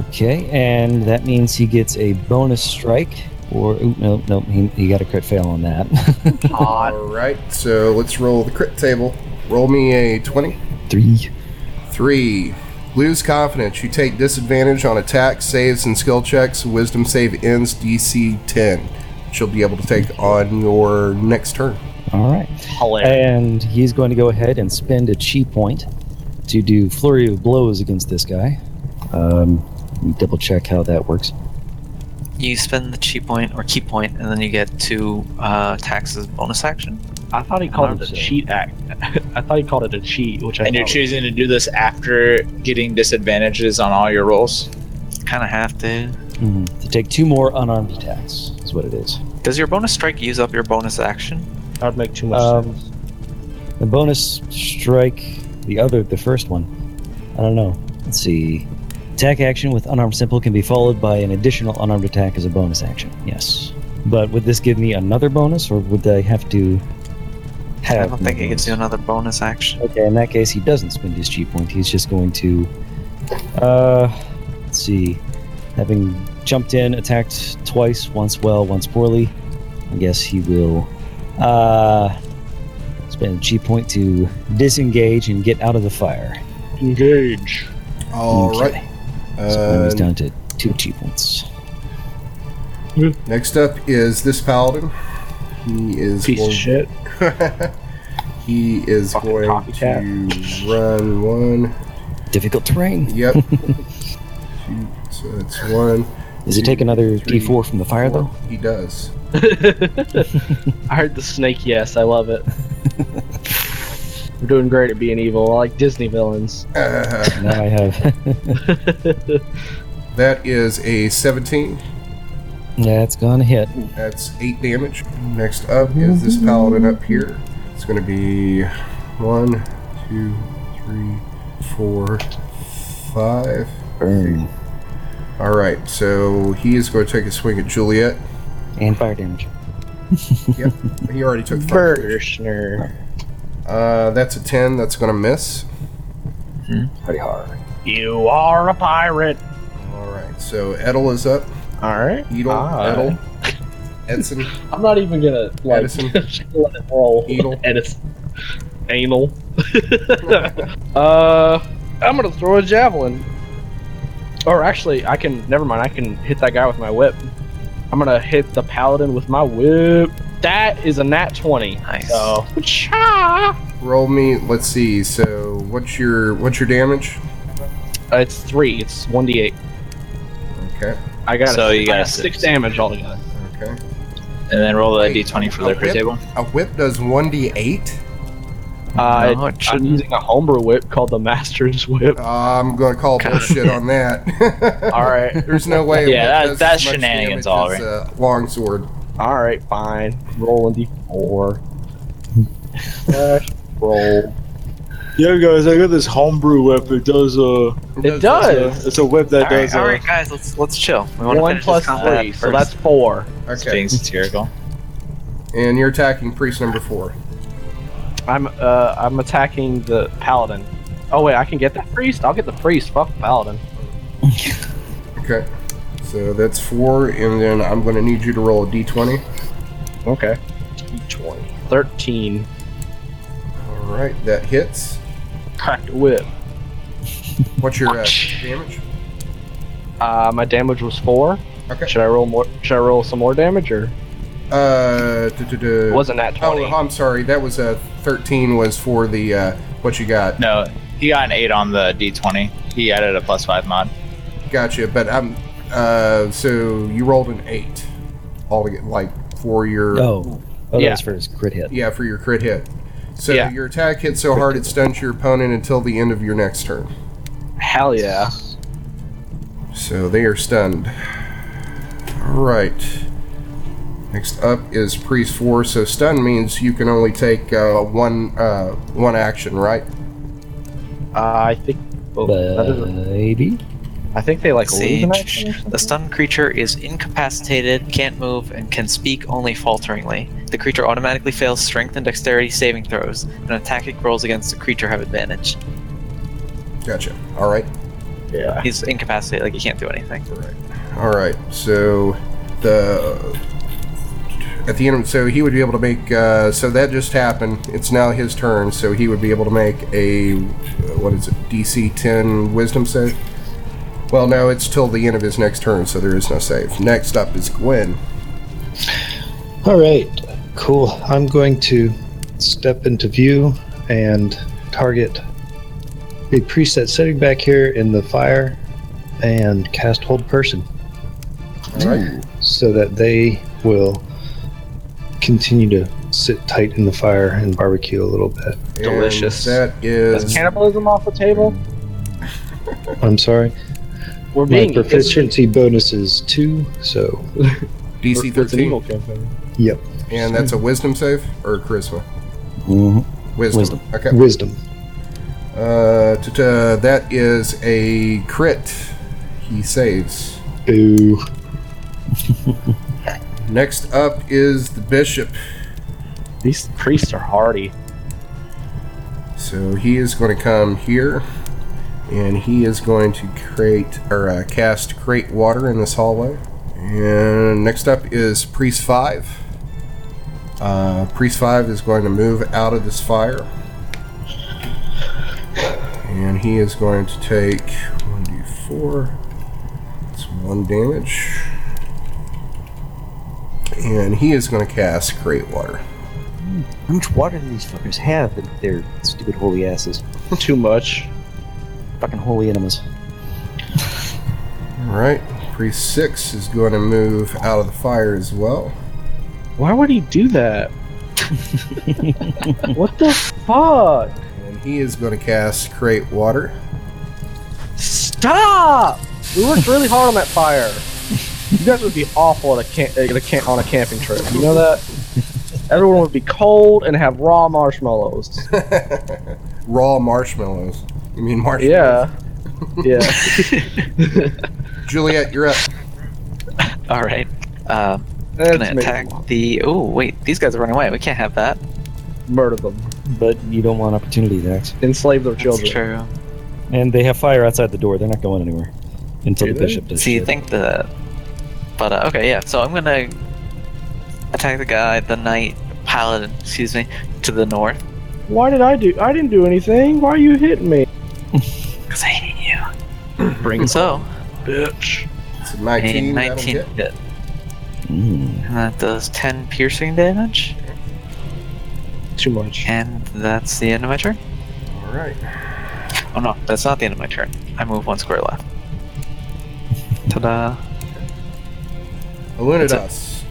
D: Okay, and that means he gets a bonus strike. Or, ooh, no, no, he, he got a crit fail on that.
A: All right. So let's roll the crit table. Roll me a twenty.
D: Three.
A: Three. Lose confidence. You take disadvantage on attacks, saves, and skill checks. Wisdom save ends DC 10, which you'll be able to take on your next turn.
D: All right.
F: Hilarious.
D: And he's going to go ahead and spend a chi point to do flurry of blows against this guy. Um, let me double check how that works.
B: you spend the chi point or key point, and then you get two uh, taxes bonus action.
E: I thought he called it a
D: Understood.
E: cheat act. I thought he called it a cheat, which I
F: And you're
E: thought-
F: choosing to do this after getting disadvantages on all your rolls.
B: Kind of have to.
D: Mhm. To take two more unarmed attacks is what it is.
B: Does your bonus strike use up your bonus action?
E: that would make too much
G: Uh,
D: Um,
E: sense.
D: The bonus strike, the other, the first one. I don't know. Let's see. Attack action with unarmed simple can be followed by an additional unarmed attack as a bonus action. Yes. But would this give me another bonus, or would I have to
B: I
D: have?
B: don't think
D: no
B: he gives
D: bonus?
B: you another bonus action.
D: Okay, in that case, he doesn't spend his G point. He's just going to, uh, let's see, having jumped in, attacked twice, once well, once poorly. I guess he will, uh, spend a G point to disengage and get out of the fire.
E: Engage.
A: All
D: Okay.
A: right.
D: So now he's
A: Uh,
D: down to two G points.
A: next up is this paladin. He is
E: Piece
A: going
E: of shit.
A: he is
E: Fucking
A: going
E: copycat.
A: to run one.
D: Difficult terrain.
A: Yep. Shoot, so that's one.
D: Does he
A: Two,
D: take another
A: three,
D: D4 from the fire
A: four.
D: though?
A: He does.
E: I heard the snake yes. I love it. We're doing great at being evil. I like Disney villains.
A: Uh,
D: Now I have.
A: that is a 17.
D: yeah, it's gonna hit.
A: That's eight damage. Next up is this paladin up here. It's going to be one, two, three, four, five.
D: Burn
A: All right, so he is going to take a swing at Juliet.
D: and fire damage.
A: He already took fire. damage.
E: Burgerschner.
A: Uh, that's a 10. That's going to miss.
D: Pretty hard.
E: You are a pirate.
A: All right, so Edel is up.
E: All right.
A: Edel,
E: Ah.
A: Edel, Edson,
E: I'm not even gonna like
A: Edison.
E: just let it roll.
A: Edel.
E: Edison. Anal. uh, I'm gonna throw a javelin. Or actually, I can. Never mind. I can hit that guy with my whip. I'm gonna hit the paladin with my whip. That is a nat twenty.
B: Nice.
E: So. Cha!
A: Roll me. Let's see. So what's your what's your damage?
E: Uh, it's three. It's one d eight.
A: Okay.
E: I got.
F: So
E: a,
F: you
E: I
F: got a
E: six.
F: six.
E: damage altogether.
A: Okay.
F: And then roll a
A: Wait,
F: d20 for
A: a
F: their crit
A: whip?
F: table.
A: A whip does 1d8.
E: Uh,
B: no, it
E: I'm
B: shouldn't.
E: using a homebrew whip called the Master's Whip.
A: I'm going to call
B: God.
A: bullshit on that.
E: All right.
A: There's no way. a
F: Yeah,
A: whip
F: that-
A: does
F: that's
A: as much damage
F: shenanigans all
A: as a longsword.
E: All right, fine. Rolling d4. Slash roll.
G: Yeah, guys, I got this homebrew whip. It does uh,
E: It does.
G: it's a whip that
B: All right,
G: does uh,
B: all right, guys, let's let's chill. We want to
E: One
B: finish
E: plus
B: this combat
E: three, so
B: first.
E: that's four.
F: It's
A: Okay.
F: being satirical.
A: And you're attacking priest number four.
E: I'm uh I'm attacking the paladin. Oh wait, I can get that priest. I'll get the priest. Fuck the paladin.
A: Okay. So that's four, and then I'm going to need you to roll a d20.
E: Okay. Twenty. Thirteen.
A: All right, that hits.
E: Cracked whip.
A: What's your uh, damage?
E: Uh, my damage was four.
A: Okay.
E: Should I roll more? Should I roll some more damage or
A: Uh, duh, duh, duh.
E: it wasn't that twenty?
A: Oh, I'm sorry. That was a 13 was for the uh, what you got.
F: No, he got an 8 on the d20. He added a plus 5 mod.
A: Gotcha. But I'm uh, so you rolled an eight all to get like for your
D: Oh, oh
E: Yeah.
D: that was for his crit hit.
A: yeah for your crit hit. So
E: Yeah.
A: your attack hits so hard it stuns your opponent until the end of your next turn.
E: Hell yeah.
A: So they are stunned. All right. Next up is priest four. So stun means you can only take uh, one uh, one action, right?
E: Uh, I think. Oh, that is a-
D: Maybe.
E: I think they like lose an
B: Siege.
E: action or something?
B: The stunned creature is incapacitated, can't move, and can speak only falteringly. The creature automatically fails strength and dexterity saving throws, and attacking rolls against the creature have advantage.
A: Gotcha. All right.
E: Yeah.
B: He's incapacitated, like he can't do anything.
A: All right. So the at the end, so he would be able to make. Uh, so that just happened. It's now his turn. So he would be able to make a uh, what is it? DC 10 Wisdom save. Well, no, it's till the end of his next turn, so there is no save. Next up is Gwen.
C: All right, cool. I'm going to step into view and target the priest that's sitting back here in the fire and cast Hold Person
A: All right.
C: so that they will continue to sit tight in the fire and barbecue a little bit.
A: And
F: Delicious.
A: that
E: Is
A: is.
E: cannibalism off the table?
C: I'm sorry.
E: We're
C: My
E: being
C: proficiency bonus is two, so
A: DC
E: It's an
A: 13,
E: evil campaign.
A: and that's a wisdom save or a charisma?
D: Mhm.
A: Wisdom.
D: Wisdom.
A: Okay.
C: wisdom.
A: Uh, ta-ta, that is a crit. He saves.
C: Boo.
A: Next up is the bishop.
E: These priests are hardy.
A: So he is going to come here, and he is going to create or uh, cast create water in this hallway. And next up is priest five. Uh, priest five is going to move out of this fire, and he is going to take one d four. It's one damage, and he is going to cast create water.
D: How much water do these fuckers have in their stupid holy asses?
E: Too much.
D: Fucking holy enemas.
A: All right, priest six is going to move out of the fire as well.
E: Why would he do that? what the fuck?
A: And he is going to cast Create Water.
E: Stop! We worked really hard on that fire. You guys would be awful at a camp, at a camp on a camping trip. You know that? Everyone would be cold and have raw marshmallows.
A: Raw marshmallows. You mean marshmallows?
E: Yeah. Yeah.
A: Yeah. Juliet, you're up.
B: All right. Uh,
E: That's
B: gonna attack
E: amazing.
B: the. Oh wait, these guys are running away. We can't have that.
E: Murder them.
D: But you don't want opportunity attacks.
E: Enslave their
B: That's
E: children.
B: true.
D: And they have fire outside the door. They're not going anywhere until
A: Do
D: the
A: they?
D: bishop does.
B: So you
D: shit.
B: think the. But uh, okay, yeah. So I'm gonna attack the guy, the knight paladin. Excuse me, to the north.
E: Why did I do? I didn't do anything. Why are you hitting me?
B: Cause I hate
E: Bring
B: you. So
E: bitch.
A: It's a
B: a
A: 19. that'll
B: 19
A: hit.
B: hit.
D: Mm.
B: And Uh, that does 10 piercing damage,
E: Too much.
B: and that's the end of my turn.
A: All right.
B: Oh no, that's not the end of my turn. I move one square left. Ta-da!
A: Illuminatus.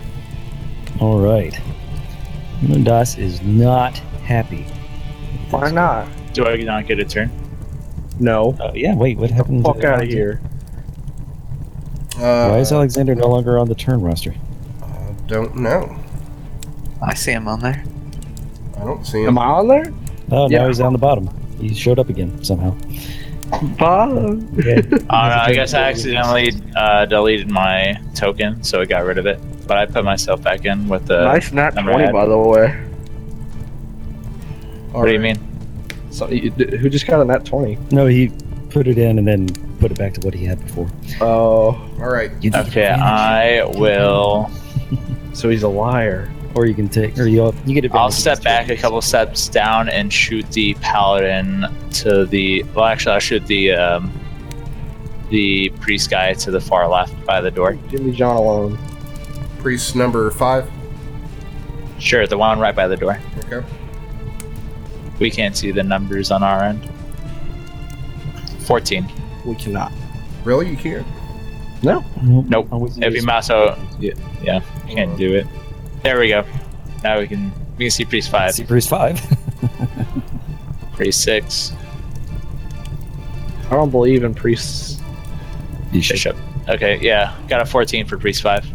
D: All right. Mundas is not happy.
E: Why not?
F: Do I not get a turn?
E: No.
D: Oh yeah. Wait. What happened? to
E: Fuck Uh, out of here.
A: Uh,
D: Why is Alexander no longer on the turn roster?
A: I Uh, don't know.
B: I see him on there.
A: I don't see him.
E: Am I on there?
D: Oh, now
E: Yeah.
D: he's on the bottom. He showed up again somehow.
E: Bob.
D: Yeah.
F: Oh, no, I guess I accidentally uh, deleted my token, so it got rid of it. But I put myself back in with the.
E: nice nat
F: I'm
E: 20,
F: rad.
E: by the way.
F: What do you mean?
E: So, you, d- who just got a nat 20?
D: No, he put it in and then put it back to what he had before.
E: Oh,
A: All right.
F: Okay,
B: uh,
F: I will.
E: so he's a liar.
D: Or you can take, or you you get advantage.
F: I'll step back a couple steps down and shoot the paladin to the. Well, actually, I'll shoot the um, the priest guy to the far left by the door.
E: Jimmy John alone.
A: Priest number 5.
F: Sure, the one right by the door.
A: Okay.
F: We can't see the numbers on our end. Fourteen.
E: We cannot.
A: Really? You can't?
D: Nope.
F: Nope.
D: Always
F: If you
D: use-
F: mouse out, yeah, yeah, can't do it. There we go. Now we can we can see priest five,
D: See, Bruce five.
F: priest six,
E: I don't believe in priests.
D: You should.
F: bishop. Okay, yeah, got a fourteen for priest five.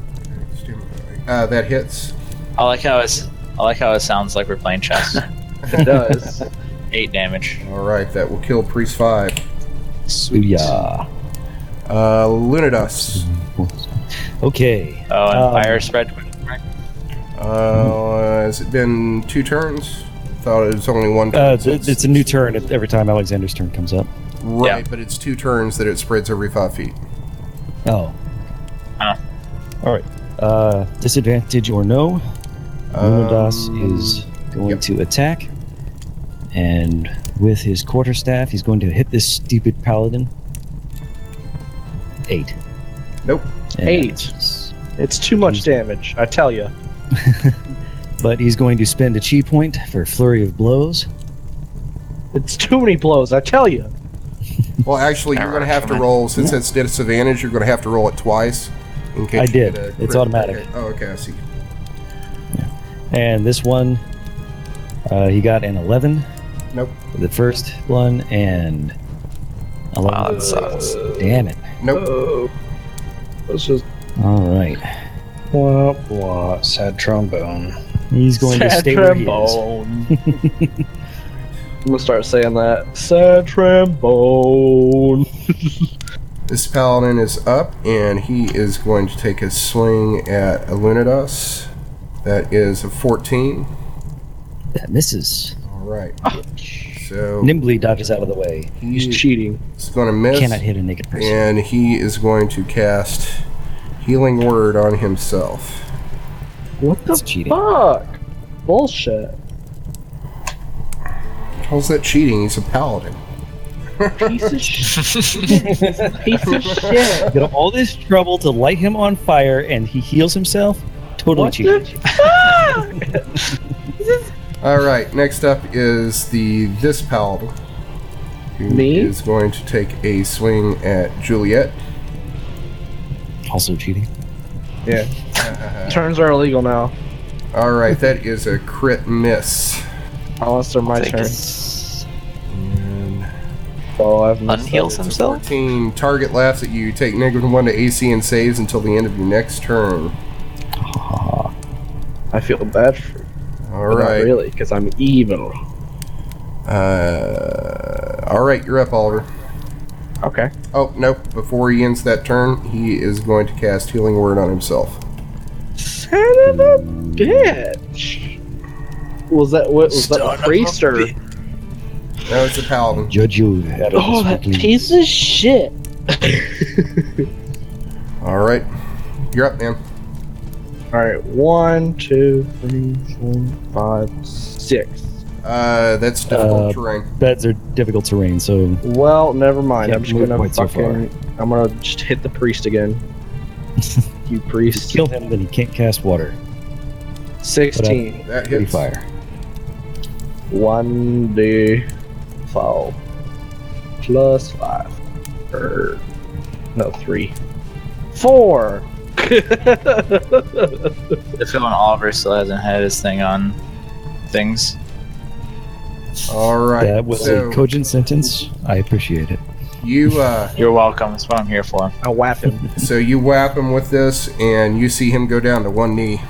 A: Uh, that hits.
F: I like how it's I like how it sounds like we're playing chess.
E: It does.
F: Eight damage.
A: All right. That will kill Priest 5.
D: Booyah.
A: Uh, Lunatus.
D: Okay.
F: Oh, and
D: Um,
F: fire spread.
A: Uh, has it been two turns? Thought it was only one turn.
D: Uh, th- it's a new turn every time Alexander's turn comes up.
A: right, but it's two turns that it spreads every five feet.
D: Oh.
F: Huh.
D: All right. Uh, disadvantage or no, Lunadas
A: Um,
D: is going
A: yep.
D: to attack, and with his quarterstaff, he's going to hit this stupid paladin. Eight.
A: Nope.
D: And
E: Eight.
D: that's-
E: It's too much damage, I tell you.
D: But he's going to spend a chi point for a flurry of blows.
E: It's too many blows, I tell you.
A: Well, actually, you're going to have to roll since it's disadvantage. You're going to have to roll it twice. In case
D: I
A: you
D: did.
A: get a
D: It's
A: crit.
D: automatic.
A: Okay. Oh, okay. I see.
D: And this one, uh, he got an 11.
A: Nope.
D: for The first one, and 11.
B: Wow, that sucks.
D: Damn it.
A: Nope.
E: Oh. Let's just.
D: All right.
C: Wah, wah, sad trombone.
D: He's going to
E: Sad
D: stay where he is.
E: trombone. I'm gonna start saying that. Sad trombone.
A: This paladin is up, and he is going to take a swing at Illuminatus. That is a 14.
D: That misses.
A: All right. So
D: Nimbly dodges out of the way.
E: He's
A: he's
E: cheating.
A: going to miss,
D: Cannot hit a naked person.
A: and he is going to cast Healing Word on himself.
E: What the
D: That's cheating.
E: fuck? Bullshit.
A: How's that cheating? He's a paladin.
E: Piece of shit. Piece of shit.
D: Got all this trouble to light him on fire, and he heals himself. Totally
E: What
D: cheating.
E: the fuck?
A: All right. Next up is the this paladin. who is
E: Me?
A: going to take a swing at Juliet.
D: Also cheating.
E: Turns are illegal now.
A: All right, that is a crit miss.
E: Unless they're my
B: Take
E: turn.
B: his-
A: And
E: Oh, I've missed
B: Unheals
A: It's a
B: himself?
A: 14. Target laughs at you. Take negative 1 to AC and saves until the end of your next turn.
E: that. I feel bad for
A: All
E: but not
A: right.
E: really, because I'm evil.
A: Uh, all right, you're up, Oliver.
E: Okay.
A: Oh, nope. Before he ends that turn, he is going to cast Healing Word on himself.
E: Son of a bitch. Was that what was that a priest or
A: No, it's a paladin.
D: Judge you. out of
E: Oh
D: this
E: that
D: quickly.
E: piece of shit.
A: All right. You're up, man.
E: Alright, one, two, three, four, five, six.
A: Uh, that's difficult
D: Uh,
A: terrain.
D: Beds are difficult terrain, so
E: Well, never mind.
D: Can't
E: I'm just
D: move
E: gonna
D: quite so
E: fucking I'm gonna just hit the priest again. you priest.
D: kill him, then he can't cast water.
E: Sixteen.
A: That
D: Free
A: hits.
D: fire.
E: One D foul. Plus five. Er, no three. Four!
F: The Phil and Oliver still hasn't had his thing on things.
A: All right.
D: That was
A: so
D: a cogent sentence. I appreciate it.
A: you uh,
F: You're welcome. That's what I'm here for.
E: I'll whap him.
A: so you whap him with this, and you see him go down to one knee.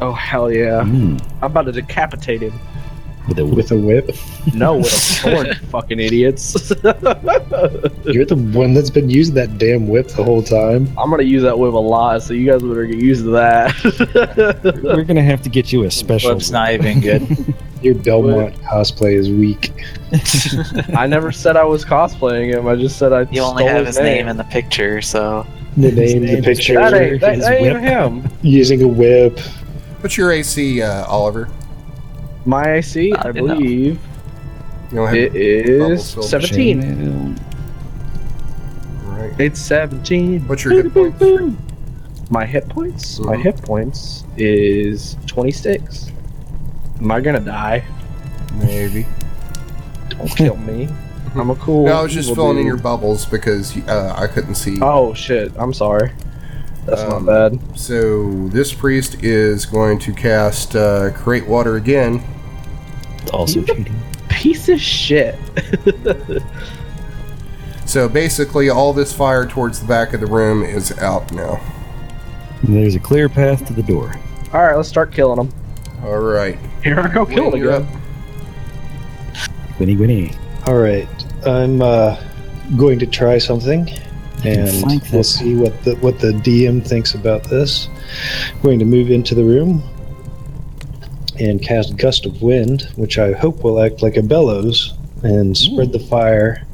E: Oh hell
A: Ah.
E: yeah!
D: Mm,
E: I'm about to decapitate him.
D: with a whip.
C: with a whip.
E: No, with a sword, fucking idiots!
C: You're the one that's been using that damn whip the whole time.
E: I'm gonna use that whip a lot, so you guys better get used to that.
D: We're gonna have to get you a special.
F: Flip's not even good.
C: Your Belmont cosplay is weak.
E: I never said I was cosplaying him. I just said I.
B: You only
E: stole
B: have his name in the picture, so
C: The name,
D: name
C: the
D: is-
C: picture,
E: that ain't, that
D: his
E: ain't
D: whip.
E: him.
C: using a whip.
A: What's your AC, uh, Oliver?
E: My AC, I
B: Not enough.
E: believe,
A: You don't have
E: it
A: Bubble
E: is
A: silver.
E: seventeen.
A: Right.
E: It's seventeen.
A: What's your hit point?
E: My hit points. My
A: Mhm.
E: hit points is twenty-six. Am I gonna die?
A: Maybe.
E: Don't kill me. I'm a cool.
A: No, I was just
E: evil
A: filling in
E: dude.
A: your bubbles because uh, I couldn't see.
E: Oh shit! I'm sorry. That's
A: Um,
E: not bad.
A: So this priest is going to cast uh, create water again.
D: Also cheating.
E: Piece of shit.
A: So basically, all this fire towards the back of the room is out now.
D: And there's a clear path to the door.
E: All right, let's start killing them.
A: All right.
E: Here I go, kill
A: Wayne,
E: it
A: you're
E: again.
D: Winnie, Winnie.
C: All right, I'm uh, going to try something,
D: can
C: and
D: flank
C: we'll
D: this.
C: see what the what the DM thinks about this. I'm going to move into the room and cast gust of wind, which I hope will act like a bellows and spread the fire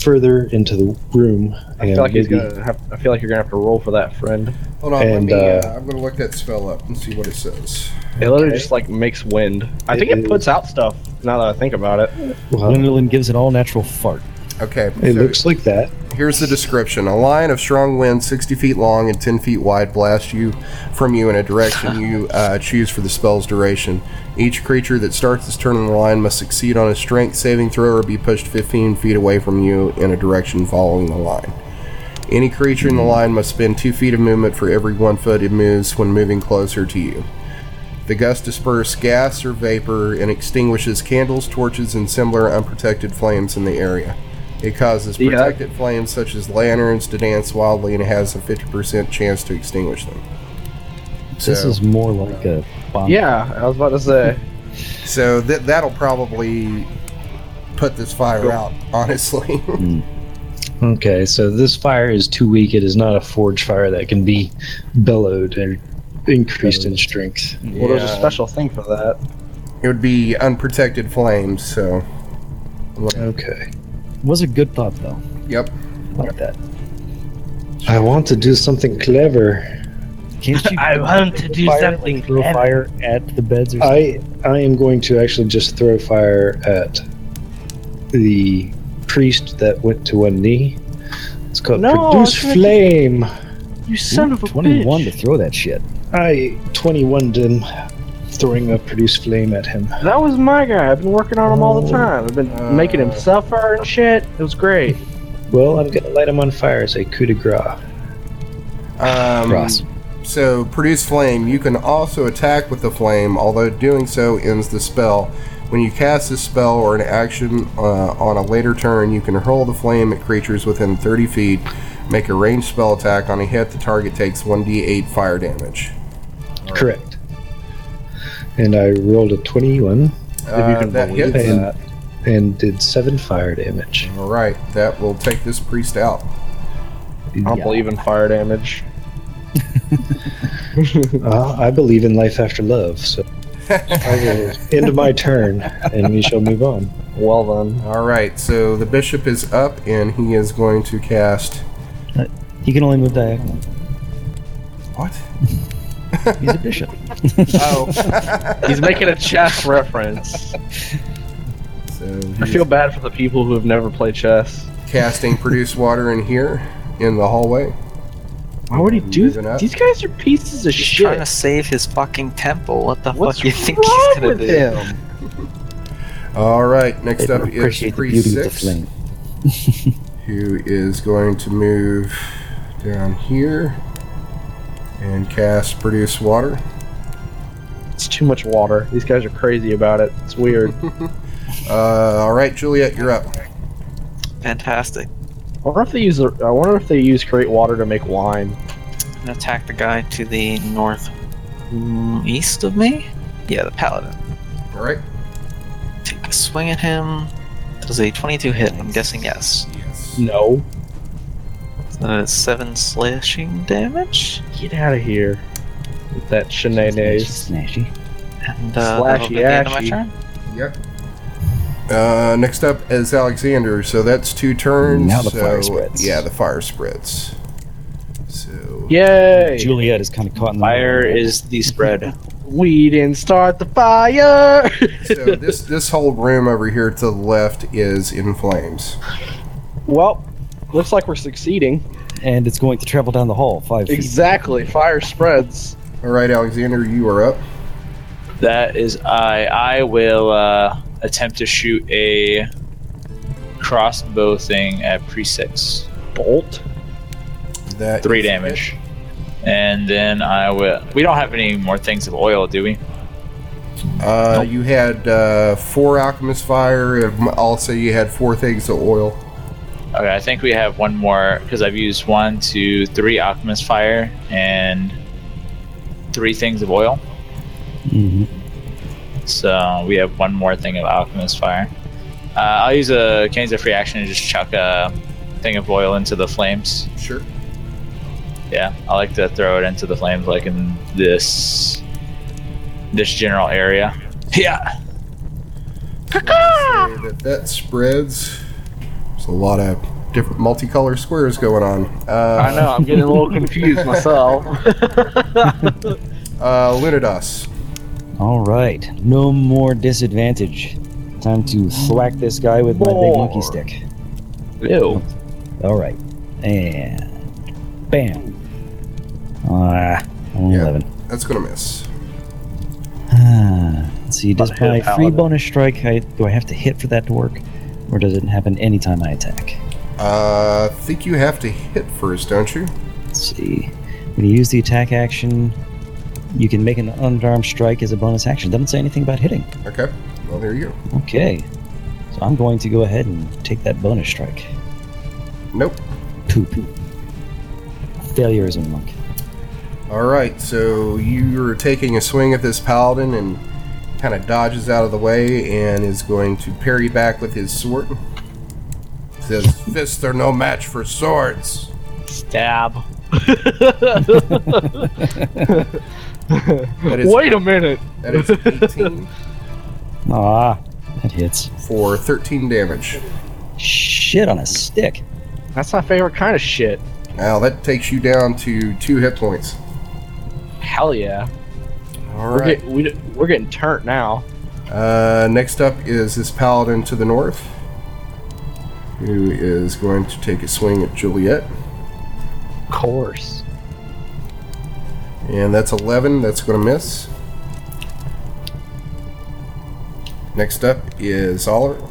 C: further into the room.
E: I feel like he's gonna have. I feel like you're gonna have to roll for that friend.
A: Hold on.
C: And,
A: let me,
C: uh,
A: uh, I'm going to look that spell up and see what it says.
E: It literally just like makes wind. I
C: It
E: think it,
C: is-
E: puts out stuff. Now that I think about it,
C: Well,
D: Gwendolyn gives an all natural fart.
A: Okay.
C: it
A: so
C: looks like that.
A: Here's the description. A line of strong winds 60 feet long and 10 feet wide blasts you from you in a direction you uh, choose for the spell's duration. Each creature that starts its turn in the line must succeed on a strength saving throw or be pushed 15 feet away from you in a direction following the line. Any creature in the line must spend 2 feet of movement for every 1 foot it moves when moving closer to you. The gust disperses gas or vapor and extinguishes candles, torches, and similar unprotected flames in the area. It causes
E: Yeah.
A: protected flames such as lanterns to dance wildly and has a 50% chance to extinguish them.
D: This
A: So-
D: is more like a bomb.
E: yeah, I was about to say.
A: So that that'll probably put this fire out, honestly.
C: Okay, so this fire is too weak. It is not a forge fire that can be bellowed or increased in strength.
E: Well, there's a special thing for that.
A: It would be unprotected flames, so.
C: Okay.
D: Was a good thought though.
A: Yep.
D: Like that.
C: I want to do something clever.
D: Can't you
E: I want to do
D: fire,
E: something Uh,
D: like, throw
E: clever.
D: fire at the beds or something?
C: I I am going to actually just throw fire at the priest that went to one knee. It's called
E: No, I was
C: produce
E: gonna-
C: flame.
E: You son of a
D: 21 to
E: bitch.
D: throw that shit.
C: I twenty one him, throwing a produce flame at him.
E: That was my guy. I've been working on him all the time. I've been
A: Uh.
E: making him suffer and shit. It was great.
C: Well, I'm gonna light him on fire as a coup de grace.
A: Um,
D: Cross.
A: So, produce flame. You can also attack with the flame, although doing so ends the spell. When you cast this spell or an action uh, on a later turn, you can hurl the flame at creatures within 30 feet. Make a ranged spell attack on a hit. The target takes 1d8 fire damage.
C: Correct. And I rolled a 21
A: Uh, that hits.
C: and, and did 7 fire damage.
A: All right, that will take this priest out.
E: I don't
D: Yeah.
E: believe in fire damage.
C: Uh, I believe in life after love, so I will end my turn and we shall move on.
E: Well then,
A: All right, so the bishop is up, and he is going to cast.
D: He can only move diagonal.
A: What? Oh.
D: He's a bishop.
E: he's making a chess reference.
A: So
E: I
A: he's
E: feel bad for the people who have never played chess.
A: casting produce water in here in the hallway.
E: Why would he do
A: Moving
E: that?
A: up.
E: These guys are pieces of
B: He's
E: shit.
B: trying to save his fucking temple. What the
E: What's
B: fuck do you think
E: wrong
B: he's gonna
E: with
B: do?
E: him?
A: All right, next
D: They
A: up
D: don't
A: is
D: appreciate the beauty
A: priest
D: of the
A: six,
D: flame.
A: who is going to move down here and cast produce water.
E: It's too much water. These guys are crazy about it. It's weird.
A: Uh, all right, Juliet, you're up.
B: Fantastic.
E: I wonder if they use. the- I wonder if they use create water to make wine.
B: I'm gonna attack the guy to the north mm, east of me? Yeah, the paladin.
A: All right.
B: Take a swing at him. Does a 22 hit? I'm guessing yes.
A: Yes.
E: No.
B: Uh, 7 slashing damage?
E: Get out of here. With that shenanigans.
D: Snashy.
B: And uh, that'll be
E: Slashy
B: the end of my
E: ashy.
B: turn.
A: Yep. Uh, next up is Alexander. So that's two turns.
D: Now the
A: so,
D: fire spreads.
A: Yeah, the fire spreads. So
E: Yay!
D: Juliet is kind of caught in the
F: Fire
D: middle.
F: is the spread.
E: We didn't start the fire.
A: so this this whole room over here to the left is in flames.
E: well, looks like we're succeeding.
D: and it's going to travel down the hall five feet.
E: Exactly. Fire spreads.
A: All right, Alexander, you are up.
F: That is I. I will uh, attempt to shoot a crossbow thing at pre six.
E: Bolt.
A: That
F: Three
A: is
F: damage. And then I will. We don't have any more things of oil, do we?
A: it. Uh, You had uh, four alchemist fire. um, Also, you had four things of oil.
F: Okay, I think we have one more because I've used one, two, three alchemist fire and three things of oil.
D: Mhm.
F: So we have one more thing of alchemist fire. Uh, I'll use a Canes of free action and just chuck a thing of oil into the flames.
A: Sure.
F: Yeah, I like to throw it into the flames, like in this this general area. Yeah,
A: Say that that spreads. There's a lot of different multicolor squares going on.
E: I
A: Uh,
E: know. I'm getting a little confused myself.
A: uh, Lunados.
D: All right, no more disadvantage. Time to thwack this guy with my big monkey
E: More.
D: stick.
E: Ew.
D: All right, and bam. Ah, only
A: Yeah.
D: eleven.
A: That's gonna miss.
D: Ah, Let's see, does
E: Must hit
D: my
E: a
D: free
E: paladin.
D: bonus strike? I, do I have to hit for that to work, or does it happen anytime I attack?
A: Uh, I think you have to hit first, don't you?
D: Let's see. When you use the attack action, you can make an unarmed strike as a bonus action. Doesn't say anything about hitting.
A: Okay. Well, there you go.
D: Okay. So I'm going to go ahead and take that bonus strike.
A: Nope.
D: Poop. Failure is a monk.
A: All right, so you're taking a swing at this paladin and kind of dodges out of the way and is going to parry back with his sword. Says fists are no match for swords.
E: Stab.
A: That is,
E: Wait a minute.
A: that is 18
D: Ah, that hits.
A: for 13 damage.
D: Shit on a stick.
E: That's my favorite kind of shit.
A: Now that takes you down to two hit points.
E: Hell yeah.
A: All
E: We're,
A: right.
E: get, we, we're getting turnt now.
A: Uh, next up is this paladin to the north, who is going to take a swing at Juliet,
E: Of course.
A: and that's 11. That's going to miss. Next up is Oliver.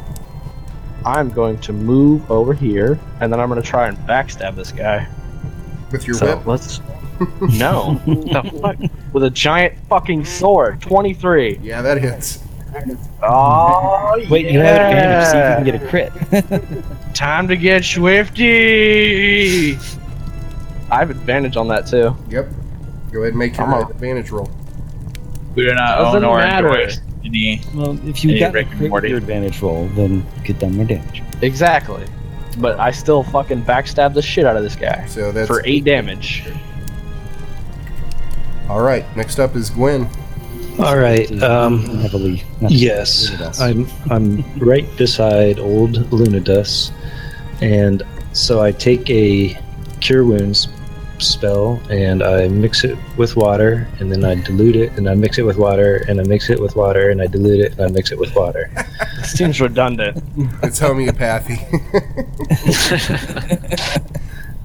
E: I'm going to move over here, and then I'm going to try and backstab this guy.
A: with your
E: so
A: whip.
E: let's. no. the fuck? With a giant fucking sword. 23.
A: Yeah, that hits.
E: Oh,
D: Wait, you have advantage. See if you can get a crit.
E: Time to get swifty. I have advantage on that too.
A: Yep. Go ahead and make your
E: I'm a-
A: advantage roll.
F: We do not
E: Doesn't
F: own or
E: matter.
F: endorse any.
D: well, if
F: Hey,
D: you got a
F: Rick and
D: crit with
F: Morty.
D: your advantage roll, then you could done more damage.
E: Exactly. But I still fucking backstab the shit out of this guy
A: So that's
E: for eight damage.
A: all right. Next up is Gwen.
C: All right. Um,
D: Heavily. not-
C: Yes,
D: Lunadus.
C: I'm I'm right beside old Lunadus, and so I take a cure wounds spell and I mix it with water, and then I dilute it, and I mix it with water, and I mix it with water, and I dilute it, and I mix it with water.
E: Seems redundant.
A: It's homeopathy.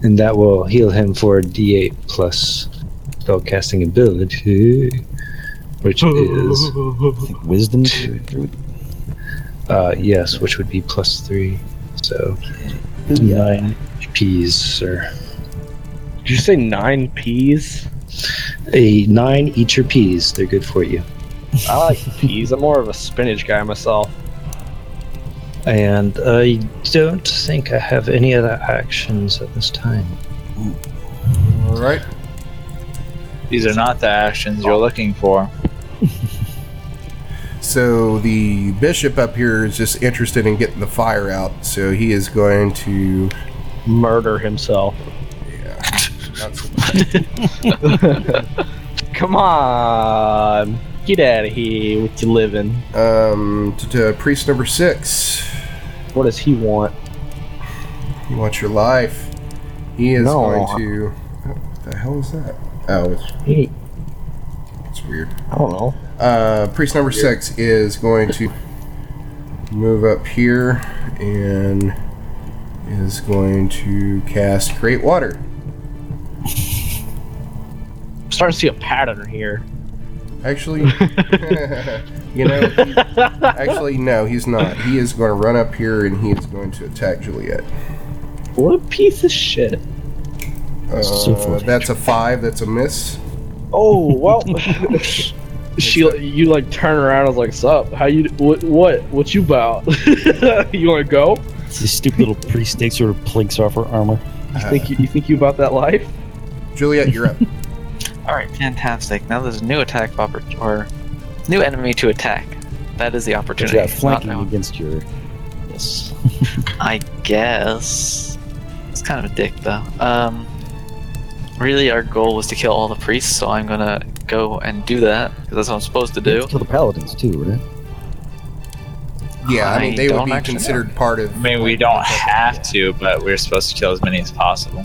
C: And that will heal him for D8 plus spellcasting ability, which is
D: Wisdom. through- through-
C: uh, yes, which would be plus three, so nine P's, sir.
E: Did you say nine peas?
C: a nine eat your peas they're good for you
E: I like peas. I'm more of a spinach guy myself.
C: and i don't think i have any other actions at this time
A: all right.
F: These are not the actions you're looking for.
A: So the bishop up here is just interested in getting the fire out. So he is going to.
E: Murder himself.
A: Yeah. Not so-
E: Come on, get out of here with your living.
A: um, to, to priest number six.
E: What does he want?
A: He wants your life. He is
E: No.
A: going to. Oh, what the hell is that? Oh, it's,
E: He,
A: it's weird.
E: I don't know.
A: Uh, priest number six is going to move up here and is going to cast Great Water.
E: I'm starting to see a pattern here.
A: Actually, you know, he- actually, no, he's not. He is going to run up here and he is going to attack Juliet.
E: What a piece of shit.
A: Uh, that's a five. That's a miss.
E: Oh well. she, you like turn around. I was like, "Sup? How you? What? What? What you about? you want to go?
D: This stupid little priest takes her plinks off her armor.
E: You
C: Uh.
E: think you, you think you about that life?
A: Uh, Juliet, you're up.
B: Alright, fantastic. Now there's a new attack oppor- or new enemy to attack. That is the
D: But
B: opportunity.
D: you got
B: Not
D: flanking
B: now.
D: against your. Yes.
B: I guess. It's kind of a dick, though. Um, really, our goal was to kill all the priests, so I'm gonna go and do that, because that's what I'm supposed to
D: You
B: do.
D: have to Kill the paladins too, right?
A: Yeah, I mean
B: I
A: they would
B: don't
A: be
B: actually know.
A: considered part of.
F: I mean, we don't have to, but we're supposed to kill as many as possible.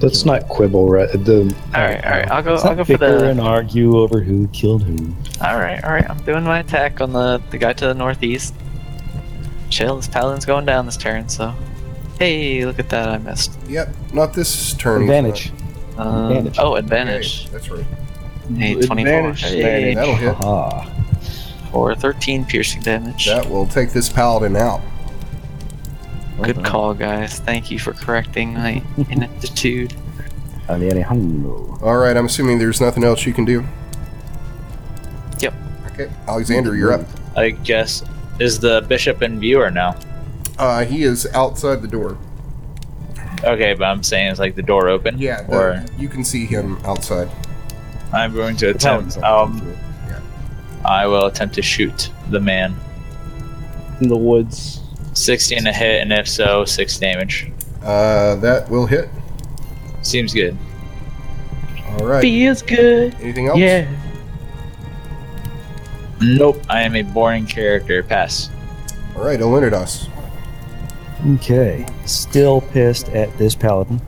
C: let's not quibble right the
B: Alright, alright, I'll go,
D: Let's not
B: I'll go for
D: bicker
B: the.
D: and argue over who killed who.
B: Alright, alright, I'm doing my attack on the, the guy to the northeast. Chill, this paladin's going down this turn, so. Hey, look at that, I missed.
A: Yep, not this turn. he's not.
D: Advantage.
B: Um,
D: Advantage.
B: Oh,
A: Okay,
B: advantage.
A: that's right.
B: Hey, 24.
E: Advantage,
B: Hey,
E: advantage.
A: That'll hit.
D: Ah.
B: or 13 piercing damage.
A: That will take this paladin out.
B: Good call, guys. Thank you for correcting my ineptitude.
D: Alejandro.
A: All right, I'm assuming there's nothing else you can do.
B: Yep.
A: Okay, Alexander, you're up.
F: I guess is the bishop in view or no?
A: Uh, he is outside the door.
F: Okay, but I'm saying it's like the door open.
A: Yeah, the-
F: Or
A: you can see him outside.
F: I'm going to
D: Paladins
F: attempt.
D: are
F: Um, I will attempt to shoot the man.
E: In the woods.
F: 16 to hit, and if so, 6 damage.
A: Uh, that will hit.
F: Seems good.
A: All right.
E: Feels good.
A: Anything else?
E: Yeah.
F: Nope, I am a boring character. Pass.
A: All right, Elenidas.
D: Okay. Still pissed at this paladin.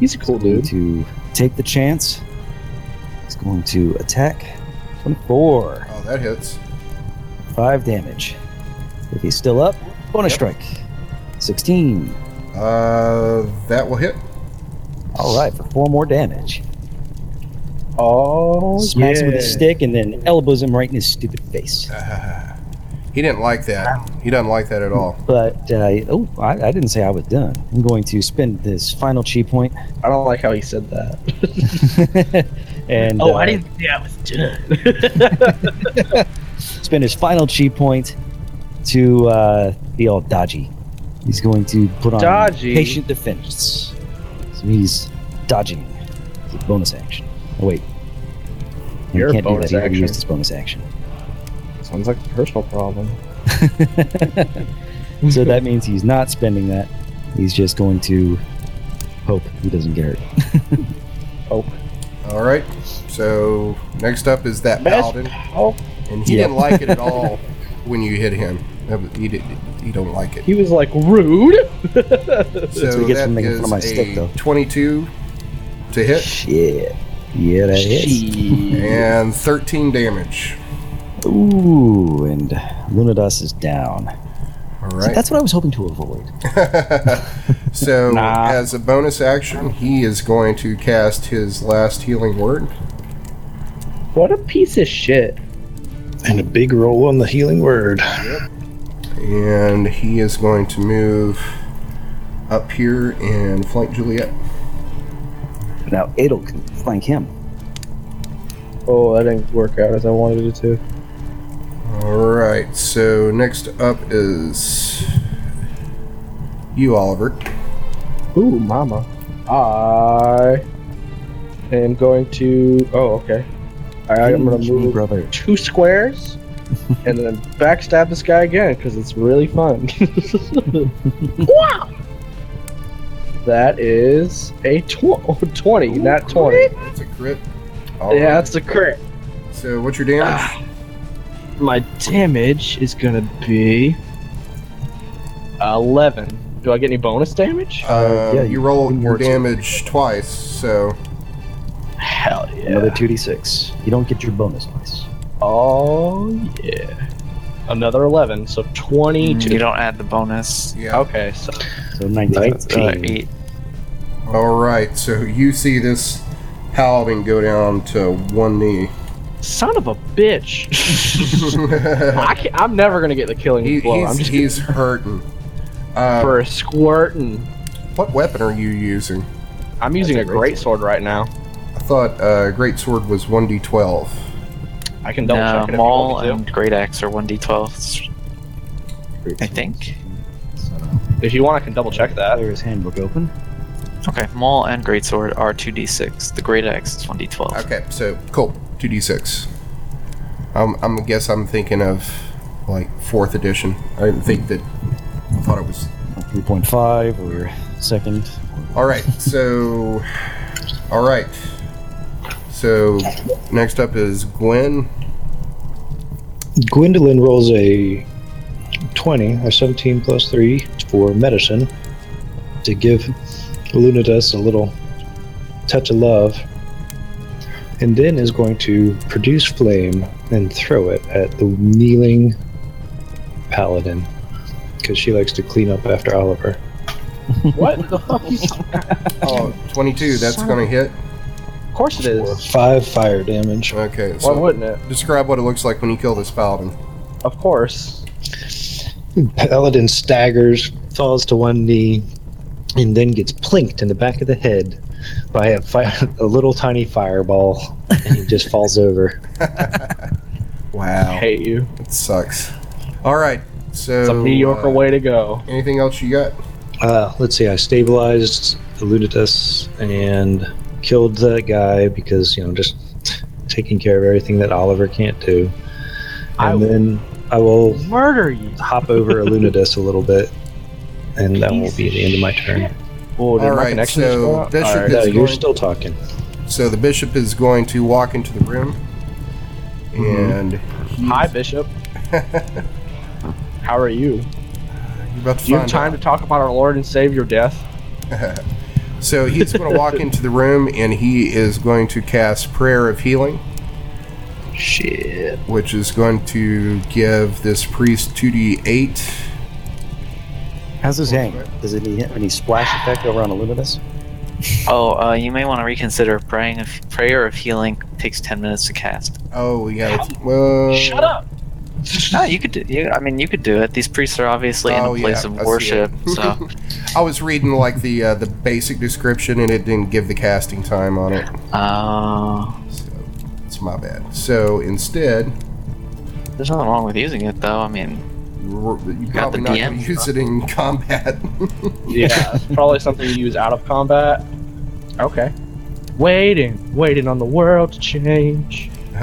E: He's a cool
D: Going
E: dude.
D: to take the chance. He's going to attack. 24.
A: Oh, that hits.
D: 5 damage. If he's still up, bonus strike. 16.
A: Uh, that will hit.
D: Alright, for 4 more damage.
C: Oh,
D: Smacks him with a
C: yeah.
D: stick and then elbows him right in his stupid face.
A: He didn't like that. He doesn't like that at all.
D: But, uh, oh, I, I didn't say I was done. I'm going to spend this final chi point.
E: I don't like how he said that.
D: and
E: Oh,
D: uh,
E: I didn't think I was done.
D: spend his final chi point to uh, be all dodgy. He's going to put on
E: Dodgy?
D: patient defense. So he's dodging. It's a bonus action. Oh wait, No,
E: You're a
D: he can't do that.
E: bonus
D: He already
E: action.
D: used his bonus action.
E: Sounds like a personal problem.
D: so that means he's not spending that. He's just going to hope he doesn't get hurt.
A: All right. So next up is that
E: Best
A: paladin,
E: Oh,
A: and he
D: Yeah.
A: didn't like it at all when you hit him. That was- He did. He don't like it.
E: he was like rude.
A: So
D: what he gets for
A: that
D: making fun of
A: is
D: my stick,
A: a
D: though.
A: twenty-two to hit
D: Shit. Yeah, that is.
A: and thirteen damage.
D: Ooh, and Lunadas is down.
A: All
D: So
A: right.
D: that's what I was hoping to avoid.
A: so,
F: Nah.
A: as a bonus action, he is going to cast his last healing word.
E: What a piece of shit.
C: And a big roll on the healing word.
A: And he is going to move up here and flank Juliet.
D: Now it'll flank him.
E: Oh, that didn't work out as I wanted it to.
A: Alright, so next up is you, Oliver.
E: Ooh, mama. I am going to. Oh, okay. All right, I'm gonna
D: Pinch me,
E: move
D: brother.
E: two squares, and then backstab this guy again because it's really fun. wow. That is a tw- 20, not 20.
A: That's a crit.
E: Yeah, Ah.
A: Alright,
E: that's a crit.
A: So, what's your damage?
E: My damage is gonna be 11. Do I get any bonus damage?
A: Uh,
D: yeah,
A: you
D: you-
A: roll
D: when you
A: your
D: were-
A: damage twice, so
E: Hell yeah.
D: Another 2d6. You don't get your bonus dice.
E: Oh yeah. Another eleven, so
A: Mm,
E: twenty-two.
B: You don't add the bonus.
A: yeah.
E: Okay, so
D: So 19.
B: Uh, eight.
A: Alright, so you see this paladin go down to one knee.
E: son of a bitch. I can't, I'm never gonna get the killing
A: He,
E: blow. I'm
A: he's,
E: just
A: he's hurting. Uh,
E: for squirting.
A: what weapon are you using?
E: I'm using a
A: That's a great
E: great sword right now.
A: I thought uh, great sword was one d twelve.
E: I can double
B: No,
E: check it. if you
B: uh, Maul
E: want me to.
B: and Great Axe are 1d12. I think.
E: If you want, I can double check that.
D: Player's handbook open.
B: Okay, Maul and Greatsword are 2d6. The Great Axe is 1d12.
A: Okay, so cool, two d six. Um, I'm I guess I'm thinking of like fourth edition. I didn't think that. I thought it was
D: 3.5 or second.
A: all right. So, all right. So next up is Gwen.
C: Gwendolyn rolls a 20 or 17 plus 3 for medicine to give Lunatus a little touch of love, and then is going to produce flame and throw it at the kneeling paladin because she likes to clean up after Oliver.
E: What? of
A: Oh, 22, That's gonna hit.
E: course it
C: For
E: is.
C: five fire damage.
A: Okay.
E: Why
A: So
E: wouldn't it?
A: describe what it looks like when you kill this paladin.
E: Of course.
C: Paladin staggers, falls to one knee, and then gets plinked in the back of the head by a, fi- a little tiny fireball, and he just falls over.
E: I
A: Wow,
E: hate you.
A: it sucks. All right. So
E: It's a mediocre
A: uh,
E: way to go.
A: Anything else you got?
C: Uh, let's see, I stabilized Eluditus and killed that guy because, you know, just taking care of everything that Oliver can't do.
E: I
C: And
E: will-
C: then I will
E: Murder you.
C: hop over Illuminus a little bit, and that will be the end of my turn.
E: Whoa, did
A: All
E: my
A: right,
E: connection
A: so
E: just go out?
A: Bishop
E: All right.
A: is-
C: No,
A: That's
C: you're
A: going-
C: still talking.
A: So the bishop is going to walk into the room, and he's-
E: Hi, Bishop. How are you?
A: you're about to
E: Do you
A: find
E: have time to talk about our Lord and Savior death?
A: So he's going to walk into the room and he is going to cast Prayer of Healing,
B: Shit.
A: which is going to give this priest 2d8.
D: How's his hang? Does it have any splash effect over on Illuminus?
B: Oh, uh, you may want to reconsider. Praying of prayer of healing takes ten minutes to cast.
A: Oh, yeah. it's- Well,
F: Shut up.
B: No, Ah, you could. Do, you, I mean, you could do it. These priests are obviously
A: Oh,
B: in
A: yeah,
B: a place
A: I see
B: of
A: it.
B: worship, so
A: I was reading like the uh, the basic description and it didn't give the casting time on it.
B: uh,
A: So it's my bad. So instead,
B: there's nothing wrong with using it, though. I mean,
A: you're you're
B: Got the
A: probably not
B: DM.
A: going to use it in combat.
E: Yeah, it's probably something you use out of combat. Okay. Waiting, waiting on the world to change.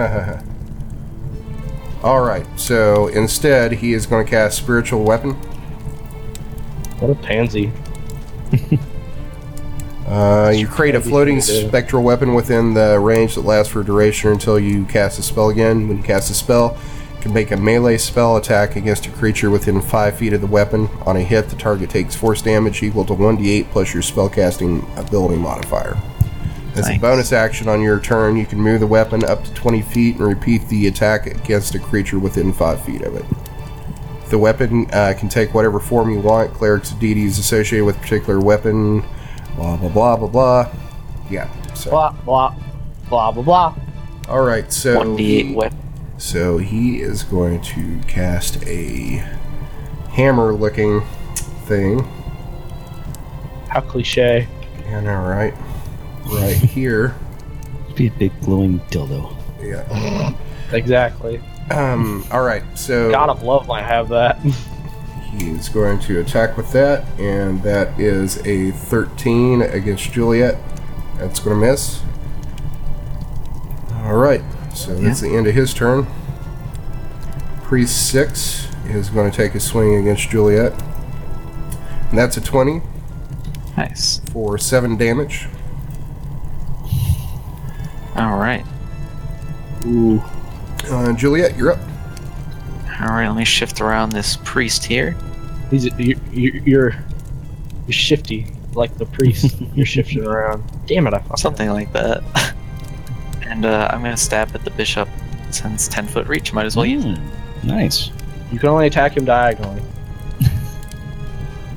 A: All right. So instead, he is going to cast Spiritual Weapon.
E: What a pansy.
A: Uh, you create a floating spectral weapon within the range that lasts for duration until you cast a spell again. When you cast a spell, you can make a melee spell attack against a creature within 5 feet of the weapon. On a hit, the target takes force damage equal to 1d8 plus your spellcasting ability modifier. As a
B: Nice.
A: bonus action on your turn, you can move the weapon up to 20 feet and repeat the attack against a creature within 5 feet of it. The weapon uh, can take whatever form you want. Cleric's deities associated with a particular weapon. Blah blah blah blah blah. Yeah. So
E: Blah, blah, blah, blah, blah.
A: all right. So
B: one d8
A: he,
B: whip.
A: so he is going to cast a hammer-looking thing.
E: How cliche.
A: And all right, right here.
D: Be a big glowing dildo.
A: Yeah.
E: Exactly.
A: Um. All right. So
E: God of Love might have that.
A: he is going to attack with that, and that is a 13 against Juliet. That's going to miss. All right, so that's the end of his turn. Priest 6 is going to take a swing against Juliet. And that's a 20
B: Nice.
A: for 7 damage.
B: All right.
E: Ooh.
A: Uh, Juliet, you're up.
B: All right. Let me shift around this priest here.
E: He's, you, you, you're, you're shifty, like the priest. you're shifting around. Damn it, I fucked
B: something like that. and uh, I'm gonna stab at the bishop since 10 foot reach. Might as well use.
D: Mm, nice.
E: up. You can only attack him diagonally.
B: it.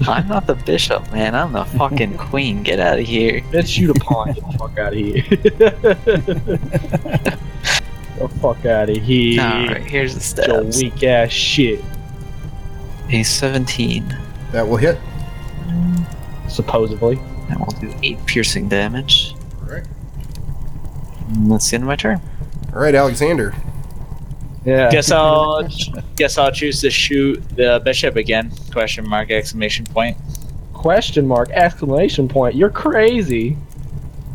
B: I'm not the bishop, man. I'm the fucking queen. Get out of here.
E: Bitch, shoot a pawn. Get the fuck out of here. the fuck out of here.
B: All right. Here's the
E: Your
B: stabs.
E: weak ass shit.
B: A 17.
A: That will hit.
E: Supposedly.
B: That will do eight piercing damage.
A: All right,
B: And that's the end of my turn.
A: All right Alexander.
E: Yeah.
F: Guess I'll guess I'll choose to shoot the bishop again. Question mark exclamation point.
E: Question mark, exclamation point. You're crazy.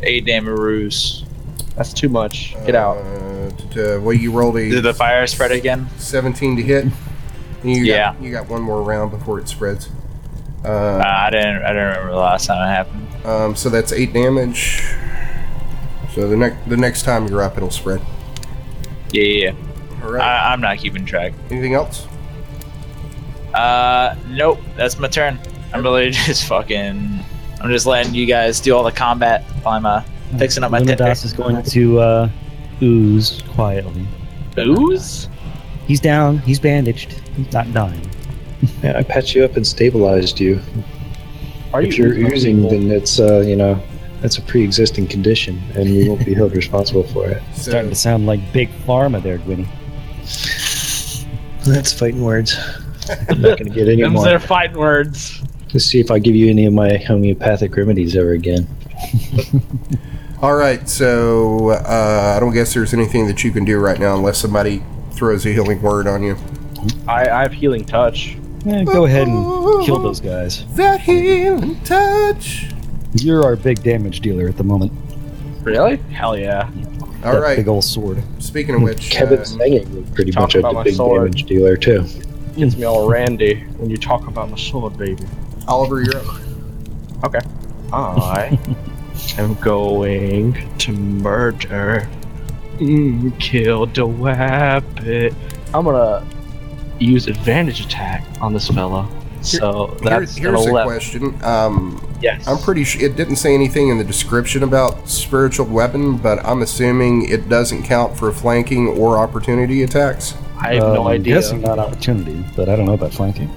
F: A damaroos.
E: That's too much. Get out.
A: Uh, d- d- well, you rolled a
F: Did the fire spread again?
A: 17 to hit. And you
F: Yeah.
A: Got, you got one more round before it spreads. Uh,
F: Uh, I didn't I don't remember the last time it happened.
A: Um, so that's eight damage. So the next the next time you're up, it'll spread.
F: Yeah, yeah.
A: All
F: yeah.
A: right.
F: I, I'm not keeping track.
A: Anything else?
F: Uh, nope. That's my turn. I'm really just fucking. I'm just letting you guys do all the combat while I'm uh, fixing up my ticker.
D: Illuminus is going to uh, ooze quietly.
F: Ooze?
D: He's down. He's bandaged. He's not dying.
C: Yeah, I patched you up and stabilized you.
E: Are
C: if you're
E: oozing
C: oozing,
E: people?
C: then it's uh, you know, that's a pre-existing condition, and we won't be held responsible for it.
A: So,
D: Starting to sound like Big Pharma there, Gwynny.
C: That's fighting words. I'm not gonna get any
E: Them's
C: more.
E: their fighting words.
C: Let's see if I give you any of my homeopathic remedies ever again.
E: Uh,
A: all right. So uh, I don't guess there's anything that you can do right now unless somebody throws a healing word on you.
E: I, I have healing touch.
D: Eh, go ahead and kill those guys.
A: That Oh, healing touch.
D: You're our big damage dealer at the moment.
F: Really?
E: Hell yeah.
A: All
D: that
A: right.
D: big old sword.
A: Speaking of which,
C: Kevin
A: uh,
C: Singing was pretty
E: Talk
C: much a
E: about my
C: big
E: sword.
C: damage dealer too.
E: Gets me all randy when you talk about my sword, baby.
A: Oliver, you're up.
E: I am going to murder. Mm, kill the rabbit. I'm gonna use advantage attack on this fella. So that's
A: Here-
E: an
A: here's a
E: 11.
A: question. Um,
E: Yes.
A: I'm pretty sure it didn't say anything in the description about spiritual weapon, but I'm assuming it doesn't count for flanking or opportunity attacks.
E: I have no
D: Um,
E: idea.
D: I'm guessing not opportunity, but I don't know about flanking.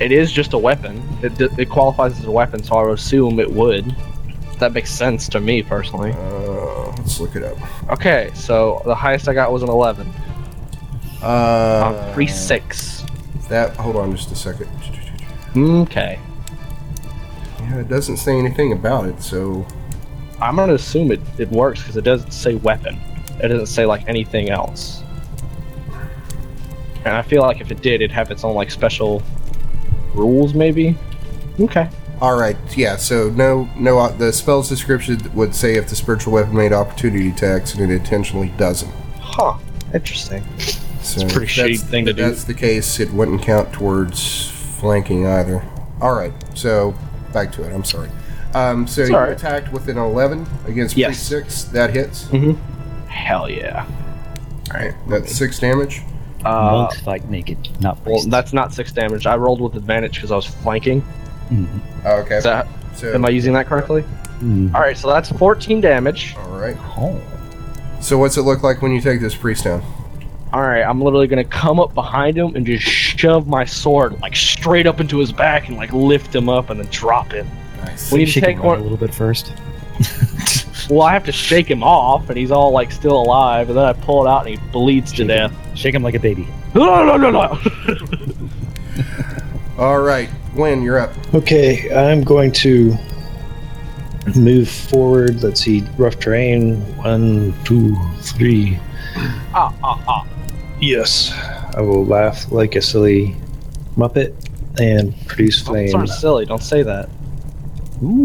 E: It is just a weapon. It, d- it qualifies as a weapon, so I would assume it would. That makes sense to me personally.
A: Uh, let's look it up.
E: Okay, so the highest I got was an 11.
A: Uh,
E: on 3 6.
A: That. Hold on, just a second.
E: Okay.
A: Yeah, it doesn't say anything about it, so
E: I'm gonna assume it, it works because it doesn't say weapon. It doesn't say like anything else. And I feel like if it did, it'd have its own like special rules, maybe. Okay.
A: All right, yeah. So no, no. uh, The spell's description would say if the spiritual weapon made opportunity attacks, and it intentionally doesn't.
E: Huh. Interesting.
A: So
E: It's a pretty
A: if
E: shady
A: that's-
E: thing to
A: if
E: do.
A: That's the case. It wouldn't count towards flanking either. All right, so back to it. I'm sorry. Um, so
E: It's
A: you
E: all right.
A: attacked with an 11 against
E: Yes.
A: six. That hits.
E: Hell yeah.
A: All right, that's six damage.
E: Uh,
D: Monks fight naked, not
E: well,
D: priests.
E: that's not six damage. I rolled with advantage because I was flanking.
D: Mhm.
A: Okay.
E: Is that,
A: so
E: am I using that correctly?
D: Mhm.
E: All right, so that's 14 damage.
A: all right.
D: Oh.
A: So what's it look like when you take this priest down?
E: All right, I'm literally gonna come up behind him and just shove my sword like straight up into his back and like lift him up and then drop him.
A: Nice.
E: We need to
D: Shake him
E: take
D: around a
E: one.
D: little bit first.
E: Well, I have to shake him off, and he's all like still alive, and then I pull it out and he bleeds to
D: Shake
E: death.
D: Shake him like a baby.
E: No, no, no, no.
A: All right, Gwen, you're up.
C: Okay, I'm going to move forward. Let's see, rough terrain. One, two, three.
E: ah, ah, ah.
C: Yes, I will laugh like a silly muppet and produce
E: Don't
C: flames.
E: sound silly. Don't say that.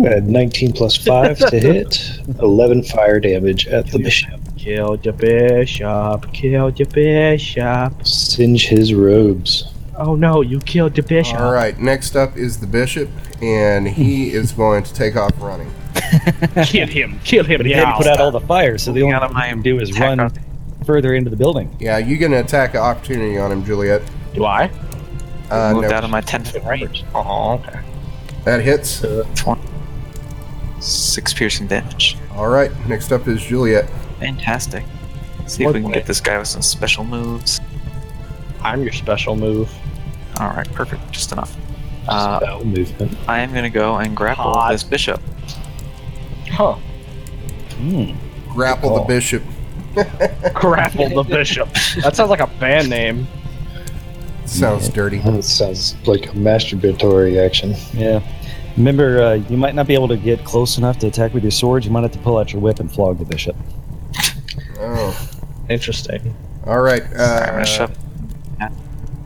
C: I had 19 plus 5 to hit, 11 fire damage at the bishop.
E: Kill the bishop. Kill the bishop.
C: Singe his robes.
E: Oh no, you killed the bishop.
A: All right, next up is the bishop, and he is going to take off running.
E: Kill him. Kill him.
D: But he
E: now.
D: didn't put out all the fire, so the
B: Moving
D: only
B: out
D: thing
B: of my
D: I can do is
B: attack
D: run
B: round.
D: further into the building.
A: Yeah, you get an attack of opportunity on him, Juliet.
E: Do I?
A: Uh,
B: Moved
A: no.
B: out of my 10 foot range.
E: Oh, okay.
A: That hits.
B: Six piercing damage.
A: All right, next up is Juliet.
B: Fantastic. See if we can get this guy with some special moves.
E: I'm your special move.
B: All right, perfect. Just enough.
C: Just
B: Uh,
C: about movement.
B: I am gonna go and grapple
E: Hot.
B: this bishop.
E: Huh.
D: Hmm.
A: Grapple the
E: Oh.
D: call.
A: bishop.
E: Grapple the bishop. That sounds like a band name.
A: Sounds dirty.
E: Oh.
C: That sounds like a masturbatory action.
D: Yeah. Remember, uh, you might not be able to get close enough to attack with your sword. You might have to pull out your whip and flog the bishop.
A: Oh,
E: Interesting.
A: all right.
B: I'm gonna
A: Uh,
B: shove.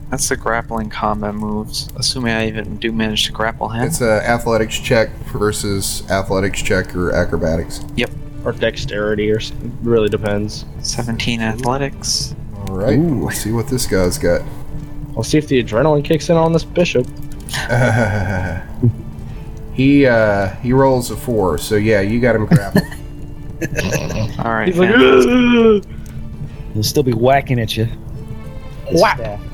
B: That's the grappling combat moves. Assuming I even do manage to grapple him.
A: it's a athletics check versus athletics check or acrobatics.
E: Or dexterity, or s- really depends.
B: 17 athletics.
A: All right, let's see what this guy's got.
E: We'll see if the adrenaline kicks in on this bishop.
A: he uh, he rolls a four, so yeah, you got him grappled.
B: All right.
E: He's like,
B: man.
E: "Ugh."
D: He'll still be whacking at you. His
E: Whack.
D: staff will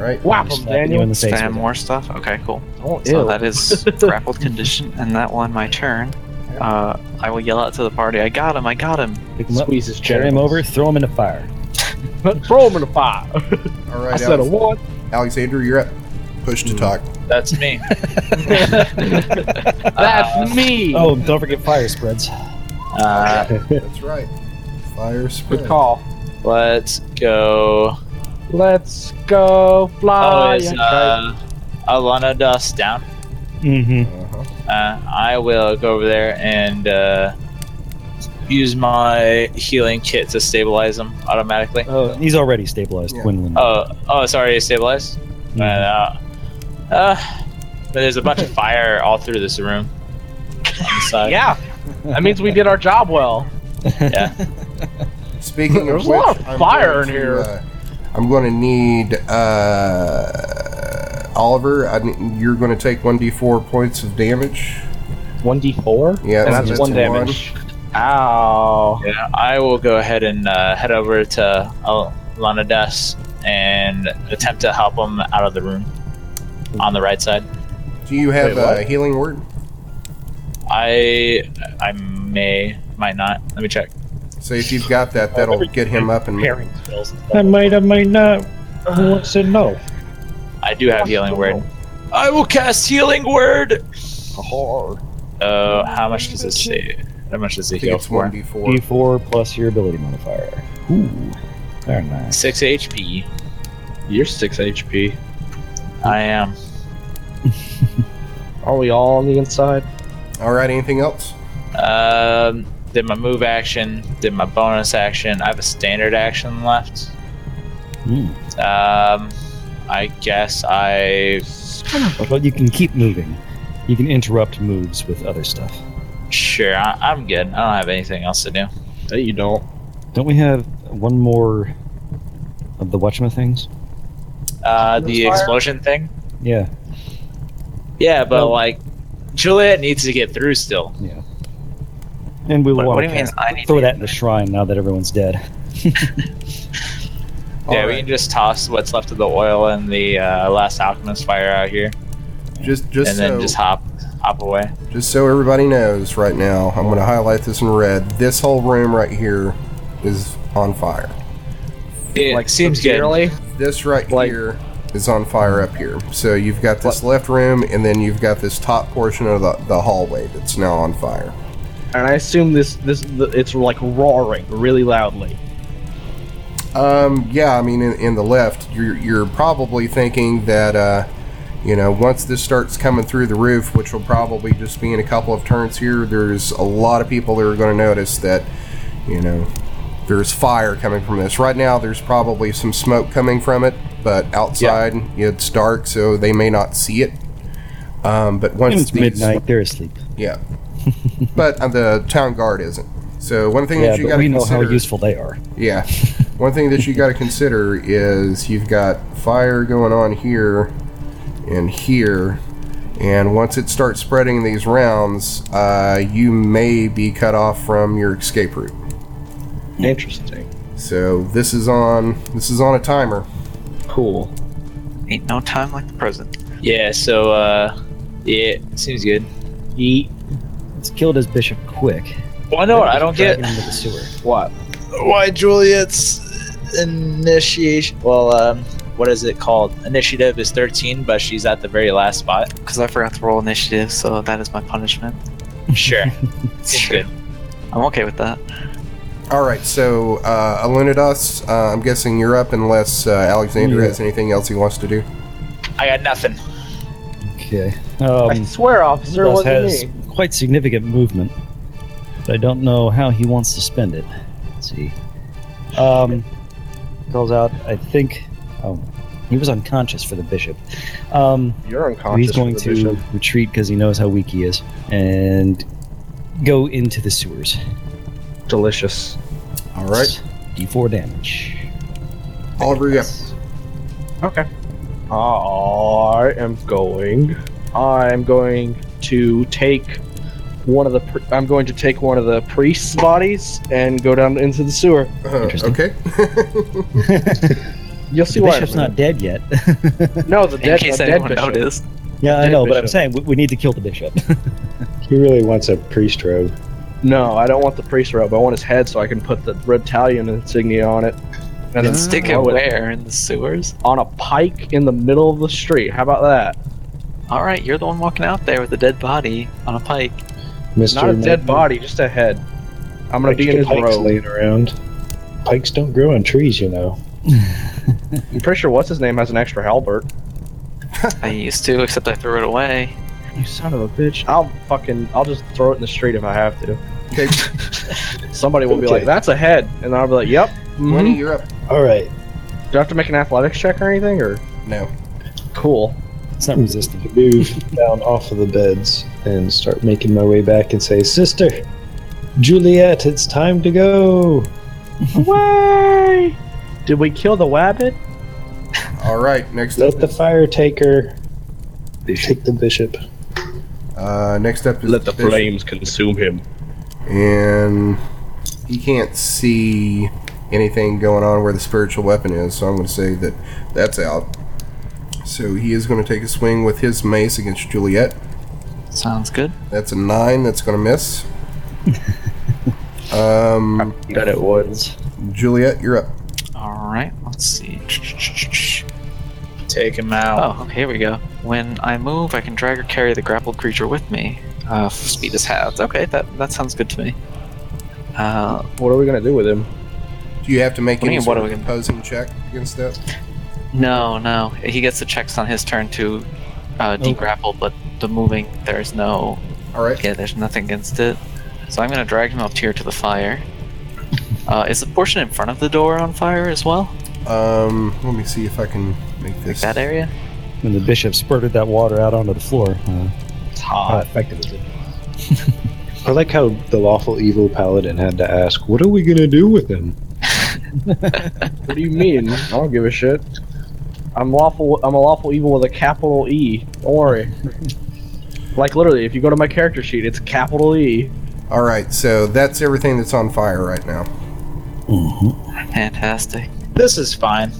A: all right.
E: whap
D: be
E: him,
D: slapping you in
E: Daniel.
D: the face.
B: spam
D: with it.
B: more stuff. Okay, cool.
E: Oh,
B: So
E: ew.
B: that is grappled condition, and that won my turn. Uh, I will yell out to the party. I got him! I got him!
D: Pick him up,
E: Squeeze his
D: carry him over, throw him in the fire.
E: Throw him in the fire.
A: All
E: I
A: right,
E: said a
A: Alex-
E: one. Hmm.
A: Alexander, you're up. Push to talk.
F: That's me.
E: That's me.
D: Oh, and don't forget fire spreads.
F: Uh,
A: That's right. Fire spread.
E: good call.
F: let's go.
E: Let's go
F: Oh,
E: fly.
F: is uh, Alana Dust down?
D: Mm-hmm.
A: Uh-huh.
F: Uh, I will go over there and uh, use my healing kit to stabilize him automatically.
D: Oh, he's already stabilized.
A: Yeah.
D: Quinlan.
F: Oh, oh, sorry, stabilize.
D: Mhm.
F: But, uh, uh, but there's a bunch of fire all through this room. On the side.
E: yeah, that means we did our job well.
F: Yeah.
A: Speaking of
E: There's a
A: which,
E: lot of
A: I'm
E: fire
A: going
E: in
A: to,
E: here.
A: uh, I'm going to need uh, Oliver. I, need- you're going to take one d4 points of damage.
C: One d four.
A: Yeah,
E: And
A: so
E: that's one damage. Ow.
F: Yeah, I will go ahead and uh, head over to Al- Lanadas and attempt to help him out of the room on the right side.
A: Do you have
E: Wait, what?
A: a healing word?
F: I I may might not. Let me check.
A: So if you've got that, that'll get him up and
E: Parry.
C: I might, I might not. Who wants to know?
F: I do have healing word. I will cast healing word. Uh, how much does it say? How much does
A: I
F: it
A: think
F: heal
A: it's one
F: for?
A: d4.
D: D4 plus your ability modifier. Ooh, very nice.
F: Six HP.
E: You're 6 HP.
F: I am.
E: Are we all on the inside?
A: All right. Anything else?
F: Um, did my move action? Did my bonus action? I have a standard action left.
D: Hmm.
F: Um, I guess I
D: But you can keep moving. You can interrupt moves with other stuff.
F: sure I, I'm good. I don't have anything else to do.
E: No, you don't.
D: Don't we have one more of the Watchma things?
F: Uh, the explosion thing.
D: Yeah.
F: Yeah, but
D: Well-
F: like, Juliet needs to get through still.
D: And we will
B: What, what
D: want
B: do
D: to
B: you mean?
D: cast-
B: I need
D: throw
B: to-
D: that in the shrine now that everyone's dead.
A: All
F: yeah, we
A: right.
F: can just toss what's left of the oil and the uh, last alchemist fire out here,
A: Just, just
F: and
A: so,
F: then just hop, hop away.
A: Just so everybody knows right now, I'm going to highlight this in red. This whole room right here is on fire.
F: It like seems good.
E: Really?
A: This right
E: Like-
A: here is on fire up here. So you've got this left room, and then you've got this top portion of the, the hallway that's now on fire.
E: And I assume this this the, it's like roaring really loudly.
A: Um, yeah, I mean, in, in the left, you're, you're probably thinking that, uh, you know, once this starts coming through the roof, which will probably just be in a couple of turns here, there's a lot of people that are going to notice that, you know, there's fire coming from this. Right now, there's probably some smoke coming from it, but outside it's dark, so they may not see it. Um, but once
D: And it's
A: these-
D: midnight. They're asleep.
A: yeah. but uh, the town guard isn't. So one thing
D: Yeah,
A: that you got
D: but
A: to
D: we know how
A: consider
D: useful they are.
A: yeah. One thing that you got to consider is you've got fire going on here and here, and once it starts spreading these rounds, uh, you may be cut off from your escape route.
E: Interesting.
A: So this is on this is on a timer.
E: Cool.
B: Ain't no time like the present.
F: Yeah. So, uh, yeah, seems good.
E: Eat
D: It's killed his bishop quick.
F: Well, no, I don't
D: Drag
F: get
D: him into the sewer.
E: what?
F: why Juliet's initiation. Well, um, what is it called? Initiative is 13, but she's at the very last spot.
B: Because I forgot to roll initiative, so that is my punishment.
F: Sure. Seems good.
B: I'm okay with that.
A: All right. So uh, Alunidas, uh, I'm guessing you're up unless uh, Alexander
D: Yeah.
A: has anything else he wants to do.
F: I got nothing.
D: Okay.
E: I
D: Um,
E: swear, officer, it
D: Thus
E: wasn't
D: has
E: me.
D: quite significant movement, but I don't know how he wants to spend it. Let's see. Um, calls out, I think. Oh, he was unconscious for the bishop. Um,
E: You're
D: but
E: unconscious.
D: he's going to
E: position.
D: retreat because he knows how weak he is and go into the sewers.
E: delicious.
A: All right,
D: D4 damage.
A: Oliver. Yeah.
E: Okay. I am going. I'm going to take one of the. pri- I'm going to take one of the priests' bodies and go down into the sewer.
A: Uh,
D: Interesting.
A: okay.
E: You'll see
D: The
E: why.
D: bishop's
E: in a
D: not dead yet.
E: minute. No, the
B: In
E: dead.
B: case
E: the
B: anyone
E: dead bishop.
B: noticed.
D: yeah, I
E: Dead
D: know, but I'm
E: bishop.
D: saying we, we need to kill the bishop.
C: He really wants a priest robe.
E: No, I don't want the priest robe. I want his head so I can put the red talion insignia on it. And
B: And stick it
E: throw
B: where? In the sewers?
E: on a pike in the middle of the street. How about that?
B: Alright, you're the one walking out there with a dead body on a pike.
C: Mister,
E: Not a dead body, just a head. I'm gonna be in his
C: pikes
E: robe.
C: laying around. Pikes don't grow on trees, you know.
E: I'm pretty sure what's his name has an extra halberd.
B: I used to, except I threw it away.
E: You son of a bitch. I'll fucking I'll just throw it in the street if I have to.
A: Okay,
E: Somebody will be
C: Okay.
E: like, "That's a head," and I'll be like, "Yep."
A: Winnie,
E: mhm."
A: you're up.
C: All right.
E: Do I have to make an athletics check or anything? Or
A: No.
E: cool.
D: It's not resistant.
C: to move down off of the beds and start making my way back and say, Sister, Juliet, it's time to go.
E: Way! Did we kill the wabbit?
A: All right, next up,
C: Let the fire take her. Take the bishop.
A: uh, next up is
H: Let the
A: Bishop,
H: flames consume him.
A: and he can't see anything going on where the spiritual weapon is. So I'm going to say that that's out. So he is going to take a swing with his mace against Juliet.
B: Sounds good.
A: That's a nine. That's going to miss. um,
H: That it was.
A: Juliet, you're up.
B: All right, let's see.
F: Take him out.
B: Oh, okay, here we go. When I move, I can drag or carry the grappled creature with me. Uh, f- speed is halved. Okay, that, that sounds good to me. Uh,
E: What are we gonna do with him?
A: Do you have to make
B: What do
A: any
B: you mean, what
A: sort
B: are
A: of
B: we gonna-
A: opposing check against that?
B: no, no. He gets the checks on his turn to uh, degrapple, but the moving, there's no.
A: All right.
B: Yeah, there's nothing against it. So I'm going to drag him up here to the fire. Uh, is the portion in front of the door on fire as well?
A: Um, let me see if I can make this.
B: That area?
D: When the bishop spurted that water out onto the floor. Uh,
F: It's
C: How
F: hot.
C: effective is it? I like how the lawful evil paladin had to ask, "What are we gonna do with him?"
E: What do you mean? I don't give a shit. I'm lawful. I'm a lawful evil with a capital E. Don't worry. like literally, if you go to my character sheet, it's capital E.
A: All right. So that's everything that's on fire right now.
D: Mm-hmm.
B: Fantastic.
F: This is fine.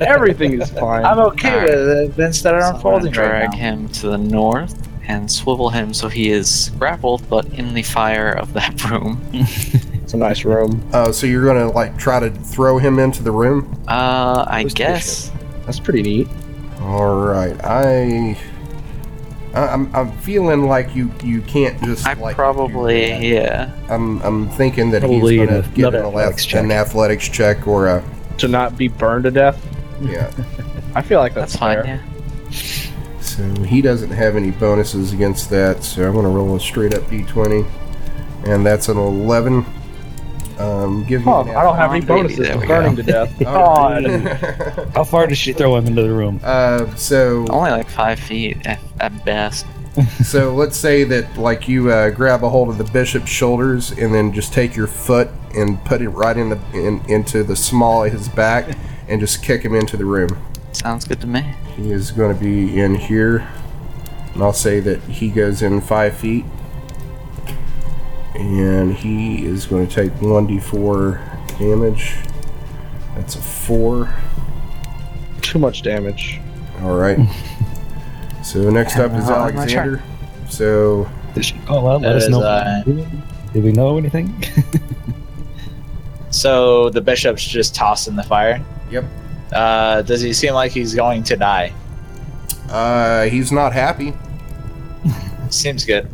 E: Everything is fine.
F: I'm okay
B: Alright.
F: with it. Instead of
B: So I'm gonna
F: unfolding right
B: drag
F: now.
B: him to the north and swivel him so he is grappled, but in the fire of that room.
E: it's a nice room.
A: Uh, so you're gonna like try to throw him into the room.
B: Uh, I
E: Who's the
B: guess.
E: That's pretty neat.
A: All right. I. I- I'm, I'm feeling like you, you can't just
B: I
A: like
B: probably
A: do that.
B: yeah.
A: I'm I'm thinking that
D: Probably
A: he's gonna
D: an-
A: get an,
D: another athletics
A: athletics
D: check.
A: an athletics check or a
E: To not be burned to death.
A: yeah.
E: I feel like that's,
B: That's fine.
E: fair.
B: Yeah.
A: So he doesn't have any bonuses against that, so I'm going to roll a straight up d20, and that's an 11. Um, give
E: Huh,
A: me.
E: I don't have
B: Oh,
E: any
B: baby,
E: bonuses
B: there
E: for
B: we
E: burning to death.
A: Oh,
E: God.
A: God.
D: how far did she throw him into the room?
A: uh, so
B: Only like five feet at, at best.
A: so let's say that like you uh, grab a hold of the bishop's shoulders and then just take your foot and put it right in the in, into the small of his back and just kick him into the room.
B: Sounds good to me.
A: He is going to be in here. And I'll say that he goes in five feet. And he is going to take 1d4 damage. That's a four.
E: Too much damage.
A: All right. so next up is
B: Uh, my
A: Alexander. So
D: Did she call out? Let
F: That
D: us
F: is,
D: know.
F: uh,
D: Did we know anything?
F: So the bishop's just tossed in the fire.
A: Yep.
F: Uh, does he seem like he's going to die?
A: uh, he's not happy.
F: Seems good.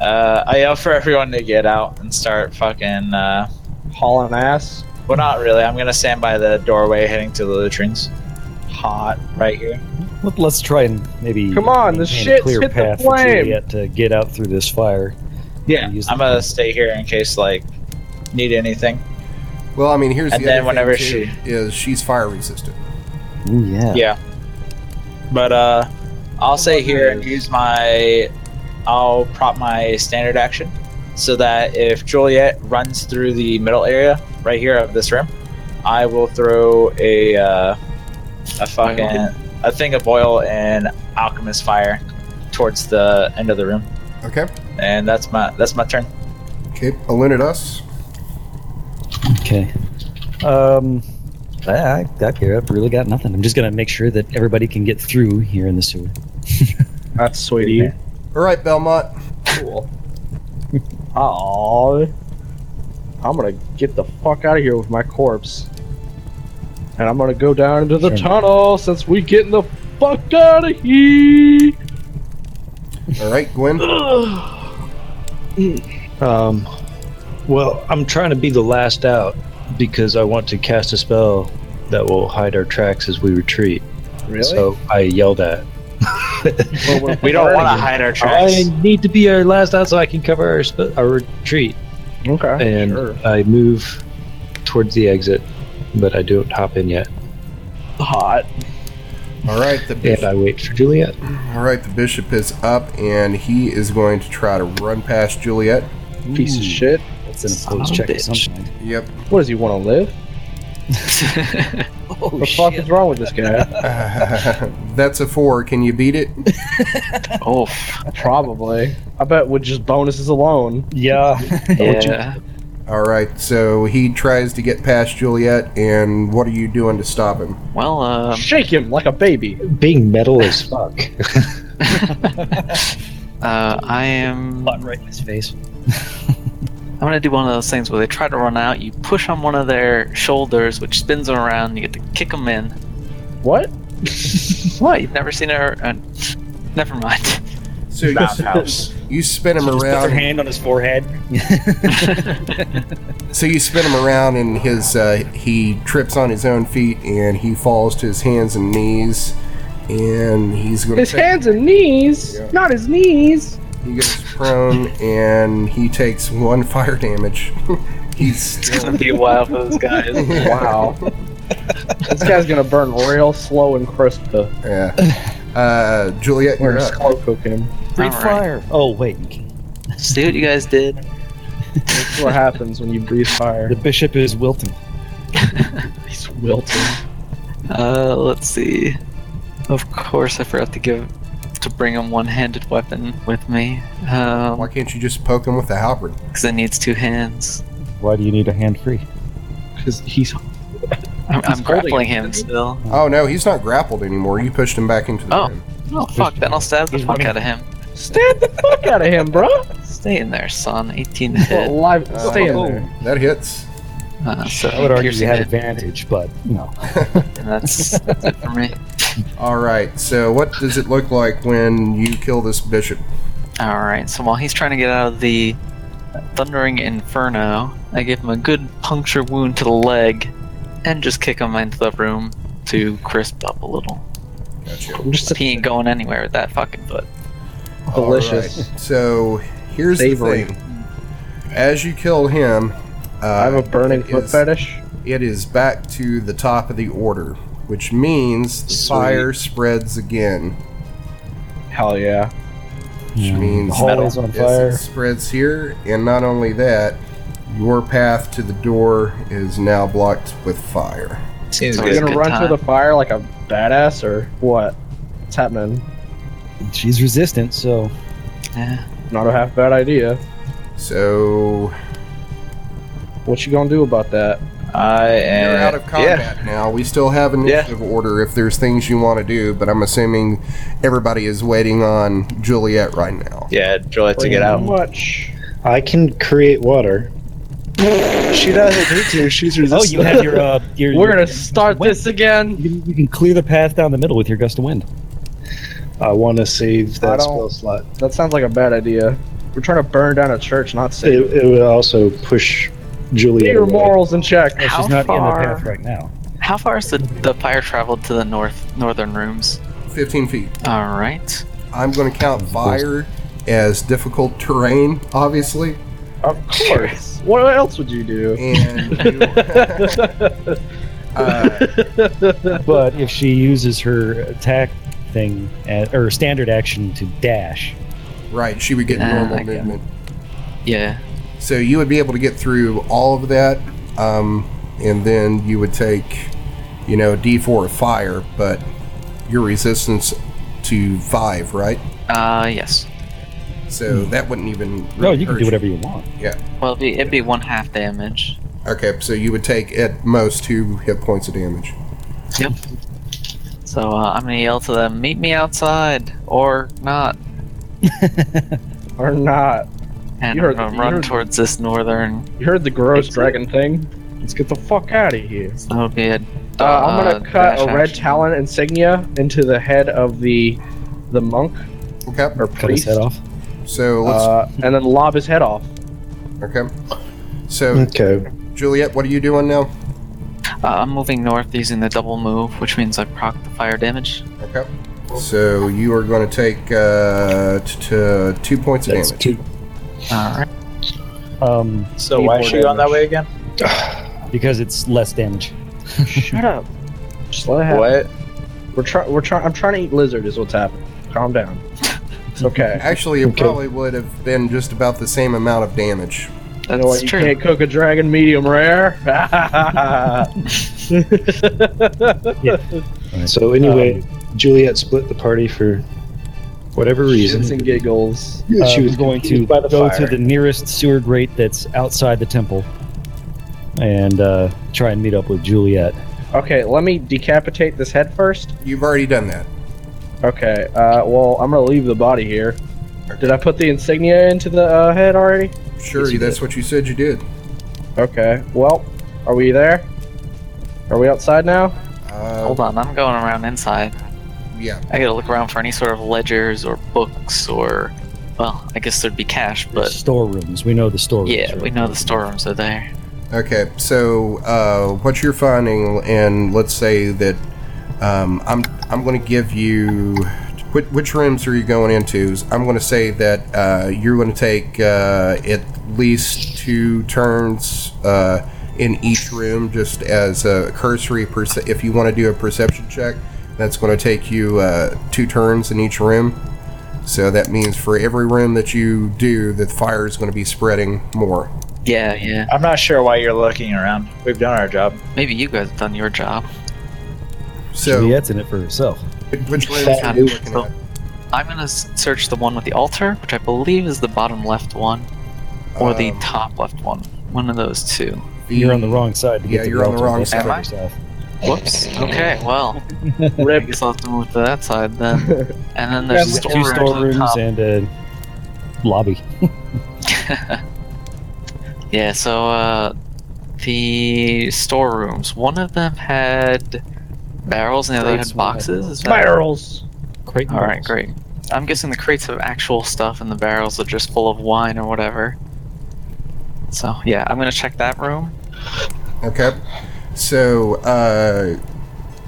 F: Uh, I yell for everyone to get out and start fucking. Uh,
E: Hauling ass.
F: well, not really. I'm gonna stand by the doorway heading to the latrines. Hot right here.
D: Let, let's try and maybe
E: Come on, the
D: maintain a
E: shit's
D: clear
E: hit the
D: path for
E: flame.
D: Juliet to get out through this fire.
F: Yeah,
D: Use
F: I'm
D: the-
F: gonna stay here in case like need anything.
A: Well, I mean, here's
F: And
A: the
F: then
A: other
F: whenever
A: thing too,
F: she-
A: is she's fire resistant.
D: Ooh, yeah.
F: Yeah. But uh, I'll stay here and use my. I'll prop my standard action so that if Juliet runs through the middle area right here of this room, I will throw a uh, a fucking a thing of oil and alchemist fire towards the end of the room,
A: Okay.
F: and that's my that's my turn.
A: Okay. Alunidas.
D: Okay. Um, I, I got here. I've really got nothing. I'm just gonna make sure that everybody can get through here in the sewer.
E: That's sweetie.
A: All right, Belmont.
E: Cool. Aww. I'm gonna get the fuck out of here with my corpse. And I'm gonna go down into the
D: Sure.
E: tunnel since we getting the fuck out of here.
A: All right, Gwen.
C: Um, well, I'm trying to be the last out because I want to cast a spell that will hide our tracks as we retreat.
E: Really?
C: So I yelled at.
F: We don't want to hide our tracks.
C: I need to be our last out so I can cover our, sp- our retreat.
E: okay.
C: and
E: sure.
C: I move towards the exit, but I don't hop in yet.
E: Hot.
A: All right, the
C: And I wait for Juliet.
A: All right, the bishop is up, and he is going to try to run past Juliet.
E: Piece of
D: Ooh.
E: shit.
D: That's an
B: Son
D: opposed
B: of a
D: check of some
B: bitch.
D: kind.
A: Yep.
E: What does he want to live?
D: Oh,
E: What the fuck is wrong with this guy?
A: That's a four. Can you beat it?
B: oh,
E: Probably. I bet with just bonuses alone.
D: Yeah.
B: yeah.
A: All right. So he tries to get past Juliet, and what are you doing to stop him?
B: Well, um,
E: Shake him like a baby.
C: Being metal as fuck.
B: uh, I am.
D: Butt right in his face.
B: I'm gonna do one of those things where they try to run out. You push on one of their shoulders, which spins them around. You get to kick them in.
E: What?
B: What? You've never seen her? Uh, never mind.
A: So you,
F: Roundhouse.
A: you spin him
D: Put her
A: around.
D: hand on his forehead.
A: So you spin him around, and his uh, he trips on his own feet, and he falls to his hands and knees, and he's going
E: His
A: to take,
E: hands and knees,
A: Yeah.
E: not his knees.
A: he goes prone, and he takes one fire damage. he's
B: it's
A: still
B: gonna be a while for those guys.
E: Wow. this guy's gonna burn real slow and crisp to
A: yeah. Uh, Juliet,
E: or
A: you're up.
E: slow cook him.
D: Breathe
B: All right.
D: fire. Oh, wait. you can't.
B: See what you guys did?
E: That's what happens when you breathe fire.
D: The bishop is wilting.
E: He's wilting.
B: Uh, let's see. Of course, I forgot to give to bring him one-handed weapon with me.
A: Why
B: Um,
A: can't you just poke him with the halberd?
B: because it needs two hands.
D: Why do you need a hand free?
E: Because he's
B: I'm,
E: He's
B: I'm grappling
E: holding
B: him still.
A: Oh no, he's not grappled anymore. You pushed him back into the
B: Oh.
A: room.
B: Oh fuck! Then I'll stab the
D: He's
B: fuck
D: running.
B: out of him.
E: stab the fuck out of him, bro.
B: Stay in there, son. 18 to
E: Well,
B: hit.
E: live,
A: Uh,
E: stay in
A: oh,
E: there.
A: That hits.
B: Uh, so
D: I would argue you
B: piercing
D: had
B: hit,
D: advantage, but no.
B: and that's, that's it for me.
A: All right. So what does it look like when you kill this bishop?
B: All right. So while he's trying to get out of the thundering inferno, I give him a good puncture wound to the leg, and just kick him into the room to crisp up a little.
A: Gotcha.
E: I'm just
B: He ain't going anywhere with that fucking foot.
E: delicious.
A: All right, So here's
E: Savory.
A: the thing. As you kill him, uh,
E: I have a burning
A: it
E: foot
A: is-
E: fetish.
A: It is back to the top of the order, which means the
F: Sweet.
A: fire spreads again.
E: Hell yeah.
A: Which means
D: The hallway's on
A: yes,
D: fire.
A: it spreads here, and not only that, your path to the door is now blocked with fire.
F: Seems
B: So
E: You're
B: it's
F: good.
E: gonna
B: good
E: run
B: time.
E: through the fire like a badass or what? What's happening?
D: She's resistant, so
B: Yeah.
E: Not a half bad idea.
A: So
E: What you gonna do about that?
F: I am.
A: You're out of combat now. We still have an
F: Uh, Yeah.
A: initiative order if there's things you want to do, but I'm assuming everybody is waiting on Juliet right now.
F: Yeah, yeah Juliet to get
E: How
F: out.
E: much?
C: I can create water.
G: She doesn't need to. She's resistant.
D: Oh, you have your uh, your.
E: We're
D: your-
E: gonna start this again.
D: You can, you can clear the path down the middle with your gust of wind.
C: I want to save
E: I
C: that
E: don't-
C: spell slot.
E: That sounds like a bad idea. We're trying to burn down a church, not
C: It,
E: save.
C: it would also push
E: Get
C: Juliet
E: your
C: away.
E: morals in check.
B: How
D: She's not
B: far?
D: in the path right now.
B: How far is the, the fire traveled to the north northern rooms?
A: 15 feet.
B: All right.
A: I'm going to count fire as difficult terrain, obviously.
E: Of course. what else would you do?
A: And you, uh,
D: But if she uses her attack thing at, or standard action to dash,
A: right, she would get
B: Ah,
A: normal
B: I get it.
A: movement.
B: Yeah.
A: So you would be able to get through all of that, um, and then you would take, you know, D4 of fire, but your resistance to five, right?
B: Uh, yes.
A: So that wouldn't even. Really
D: Hmm. no, you can
A: hurt
D: do whatever you want.
B: Well, it'd be, it'd be one half damage.
A: Okay, so you would take at most two hit points of damage.
B: So uh, I'm gonna yell to them, "Meet me outside, or not."
E: Or not?
B: And
E: You heard-
B: I'm gonna
E: you
B: run
E: heard-
B: towards this northern.
E: You heard the gross
B: It's-
E: dragon thing. Let's get the fuck out of here.
B: So that would be a.
E: Uh, I'm gonna cut
B: dash
E: a red
B: action.
E: talon insignia into the head of the the monk
A: Okay,
E: or
D: Cut his
E: priest,
D: head off.
A: so let's.
E: uh, and then lob his head off.
D: Uh,
A: okay.
D: hmm.
A: So,
C: Okay.
A: Juliet, what are you doing now?
B: Uh, I'm moving north using the double move, which means I proc the fire damage.
A: Okay. So you are going to take uh, t- t- two points of
C: That's
A: damage.
C: two.
B: All right.
D: Um,
F: So why is she going that way again?
D: because it's less damage.
E: Shut up. Just let it happen.
F: What?
E: We're trying. We're trying. I'm trying to eat lizard. Is what's happening. Calm down. Okay.
A: Actually, it
C: Okay.
A: probably would have been just about the same amount of damage.
E: You know
B: That's
E: what? You
B: true.
E: can't cook a dragon medium rare.
C: So anyway,
G: Um,
C: Juliet split the party for whatever reason.
E: Shits and giggles.
D: she was Um, Uh, going to
C: confused by the
D: go
C: fire.
D: to the nearest sewer grate that's outside the temple and uh, try and meet up with Juliet.
E: Okay, let me decapitate this head first.
A: You've already done that.
E: Okay. Uh, well, I'm gonna leave the body here. Did I put the insignia into the uh, head already?
A: Sure,
E: Yes, you
A: that's what you said you did.
E: Okay. Well, are we there? Are we outside now?
A: Uh,
B: Hold on, I'm going around inside.
A: Yeah.
B: I gotta look around for any sort of ledgers or books or, well, I guess there'd be cash, but
D: storerooms, we know the storerooms.
B: yeah,
D: right?
B: we know the storerooms are there.
A: Okay. So uh, what you're finding, and let's say that um, I'm I'm going to give you which, which rooms are you going into? I'm going to say that uh, you're going to take uh, at least two turns uh, in each room, just as a cursory. Perce- if you want to do a perception check, that's going to take you uh, two turns in each room. So that means for every room that you do, the fire is going to be spreading more.
B: Yeah, yeah.
F: I'm not sure why you're looking around. We've done our job.
B: Maybe you guys have done your job.
A: So
D: Juliet's in it for herself.
A: Which rooms
B: Fat
A: are you
B: dude.
A: looking
B: So-
A: at?
B: I'm gonna s- search the one with the altar, which I believe is the bottom left one, or the
A: Um,
B: top left one. One of those two.
D: You're on the wrong side to
A: Yeah,
D: get to
A: you're on the
D: altar.
A: wrong
D: Go
A: side.
D: fuck yourself.
B: Whoops. Okay, well, I
E: Rip.
B: guess I'll have to move to that side then. And then
D: Yeah,
B: there's
D: with
B: the
D: two
B: storerooms.
D: storerooms
B: at
D: and a lobby.
B: the top. yeah, so uh, the storerooms. One of them had barrels and the other
D: Crates
B: had
D: one had
B: boxes. Is that-
E: Spirals.
D: Crate and
B: All right,
D: box.
B: great. I'm guessing the crates have actual stuff and the barrels are just full of wine or whatever. So, yeah, I'm going to check that room.
A: Okay. So, uh,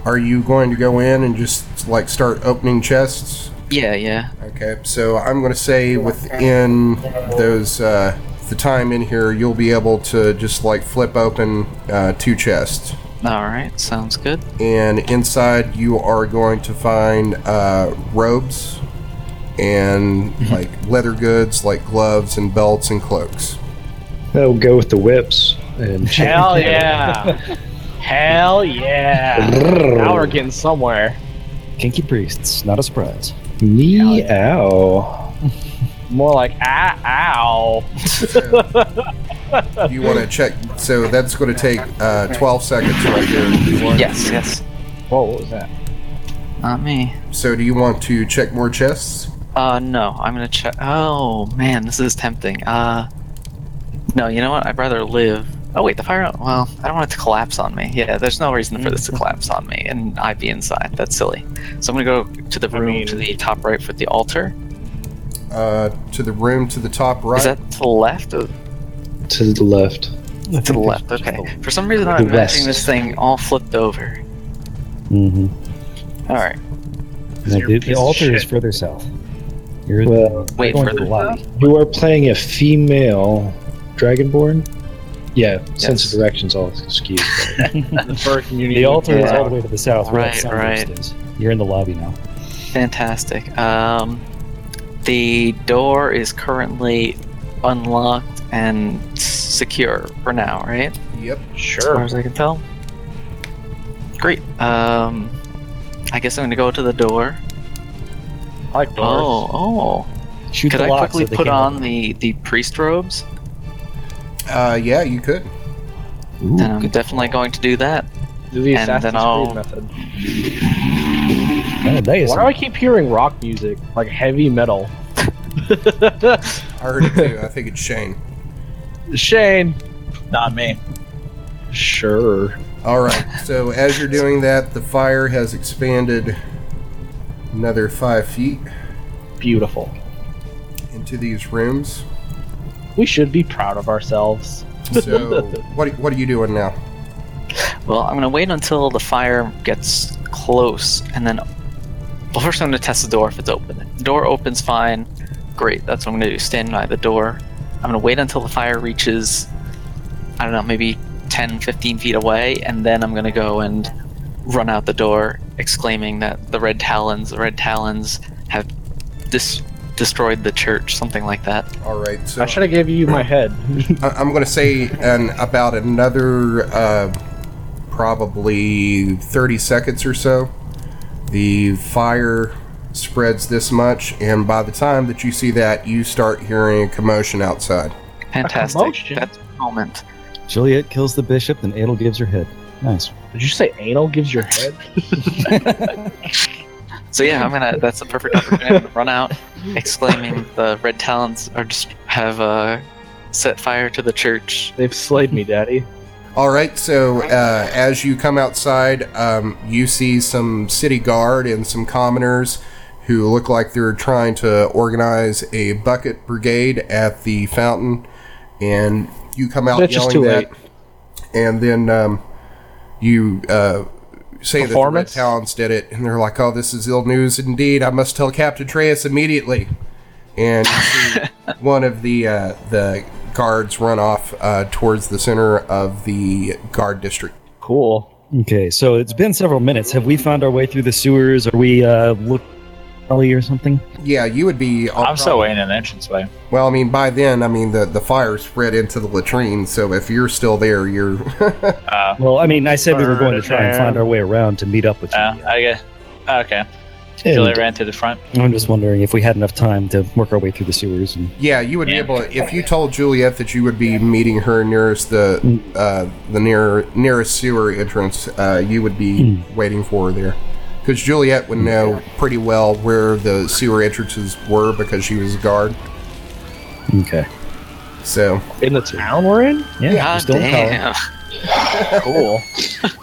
A: are you going to go in and just like start opening chests?
B: Yeah, yeah.
A: Okay. So I'm going to say within those uh, the time in here, you'll be able to just like flip open uh, two chests,
B: All right, sounds good.
A: and inside you are going to find uh, robes and like leather goods, like gloves and belts and cloaks.
C: That'll go with the whips and shit.
E: Hell yeah. Hell yeah. now we're getting somewhere.
D: Kinky priests, not a surprise.
C: meow.
E: More like ah
A: So, you want to check? So that's going to take uh, 12 seconds right there. Do you want-
B: Yes, yes.
E: ow. Whoa, what was that?
B: Not me.
A: So do you want to check more chests?
B: Uh, no, I'm going to check. Oh, man, this is tempting. Uh, no, you know what? I'd rather live. Oh, wait, the fire. Well, I don't want it to collapse on me. Yeah, there's no reason for this
G: Mm-hmm.
B: to collapse on me and I be inside. That's silly. So I'm going to go to the
G: I
B: room
G: mean-
B: to the top right with the altar.
A: Uh, to the room to the top right.
B: Is that to the left or
C: To the left.
B: To the left, okay. For some reason,
C: The
B: I'm imagining
C: west.
B: this thing all flipped over.
D: Mm-hmm.
B: Alright.
D: the, the altar is further south. You're
C: Well,
B: Wait,
D: going to
B: further
D: the lobby.
C: you are playing a female dragonborn? Yeah, sense of direction's all skewed.
E: The first community.
D: The altar is
E: Yeah.
D: all the way to the south. where that
B: Right,
D: sound is. You're in the lobby now.
B: Fantastic. Um, the door is currently unlocked and secure for now, right?
A: Yep.
B: As far
F: Sure.
B: as I can tell. Great. Um, I guess I'm gonna go to the door.
F: I like doors.
B: Oh, oh.
D: Shoot
B: Could
D: the
B: I
D: lock
B: quickly
D: so they
B: put
D: can't
B: on
D: open.
B: the, the priest robes?
A: Uh, yeah, you could.
D: Ooh,
B: Then I'm
D: good
B: definitely going to do that.
E: Do the
B: and then
E: Assassin's
B: I'll-
E: Creed method.
D: God, that is
E: Why do I keep hearing rock music? Like heavy metal.
A: I heard it too. I think it's Shane.
E: Shane.
F: Not me.
E: Sure.
A: All right. So as you're doing that, the fire has expanded another five feet
E: Beautiful.
A: into these rooms.
E: We should be proud of ourselves.
A: So what what are you doing now?
B: Well, I'm gonna wait until the fire gets close, and then. Well, first I'm gonna test the door if it's open. If the door opens fine, great. That's what I'm gonna do. Stand by the door. I'm gonna wait until the fire reaches, I don't know, maybe 10, 15 feet away, and then I'm gonna go and run out the door, exclaiming that the red talons, the red talons have dis- destroyed the church, something like that.
A: All right. So
E: I should have gave you my head.
A: I- I'm going to say an, about another uh, probably 30 seconds or so. The fire spreads this much, and by the time that you see that, you start hearing a commotion outside.
B: Fantastic.
E: commotion?
B: That's the moment.
D: Juliet kills the bishop, and Adel gives her head. Nice.
E: Did you say anal gives your head?
B: So yeah, I'm gonna. That's the perfect opportunity to run out, exclaiming the red talons are just have uh, set fire to the church.
E: They've slayed me, daddy.
A: All right, so uh, as you come outside, um, you see some city guard and some commoners who look like they're trying to organize a bucket brigade at the fountain, and you come out
E: That's just
A: yelling
E: too
A: that, and then um, you uh, say that the Red
E: Performance?
A: Talons did it, and they're like, "Oh, this is ill news indeed. I must tell Captain Treas immediately." And you see one of the uh, the guards run off uh, towards the center of the guard district.
E: Cool.
D: Okay, so it's been several minutes. Have we found our way through the sewers? Are we uh, look alley or something?
A: Yeah, you would be.
F: I'm still waiting in the entranceway.
A: Well, I mean, by then, I mean the the fire spread into the latrine. So if you're still there, you're.
F: Uh,
D: Well, I mean, I said we were going to try and
E: Ferdinand.
D: find our way around to meet up with you.
F: uh, I guess. Okay.
D: And
F: Julie ran to the front.
D: I'm just wondering if we had enough time to work our way through the sewers. And
A: yeah, you would
F: Yeah.
A: be able. To, if you told Juliet that you would be meeting her nearest the
D: Mm.
A: uh, the near nearest sewer entrance, uh, you would be waiting for her there. Because Juliet would know pretty well where the sewer entrances were because she was a guard.
D: okay,
A: So,
E: In the town we're in?
D: yeah, we're
B: God
D: still in college.
B: damn.
E: Cool.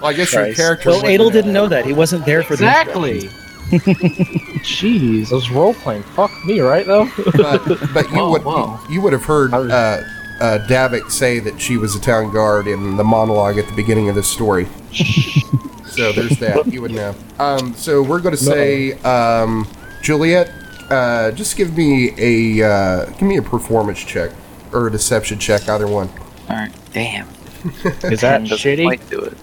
A: well, I guess your
F: Christ.
A: character.
D: Well,
A: wouldn't
D: Adel
A: know.
D: didn't know that. He wasn't there for the
E: exactly. Jeez, those role playing. Fuck me, right though?
A: but, but you
B: Whoa,
A: would
B: whoa.
A: you would have heard
E: I was-
A: uh, uh, Davik say that she was a town guard in the monologue at the beginning of this story. so there's that. You would know. Um, so we're going to say um, Juliet. Uh, just give me a uh, give me a performance check or a deception check, either one.
B: All right, damn.
E: Is that
B: Doesn't
E: shitty?
B: quite do it.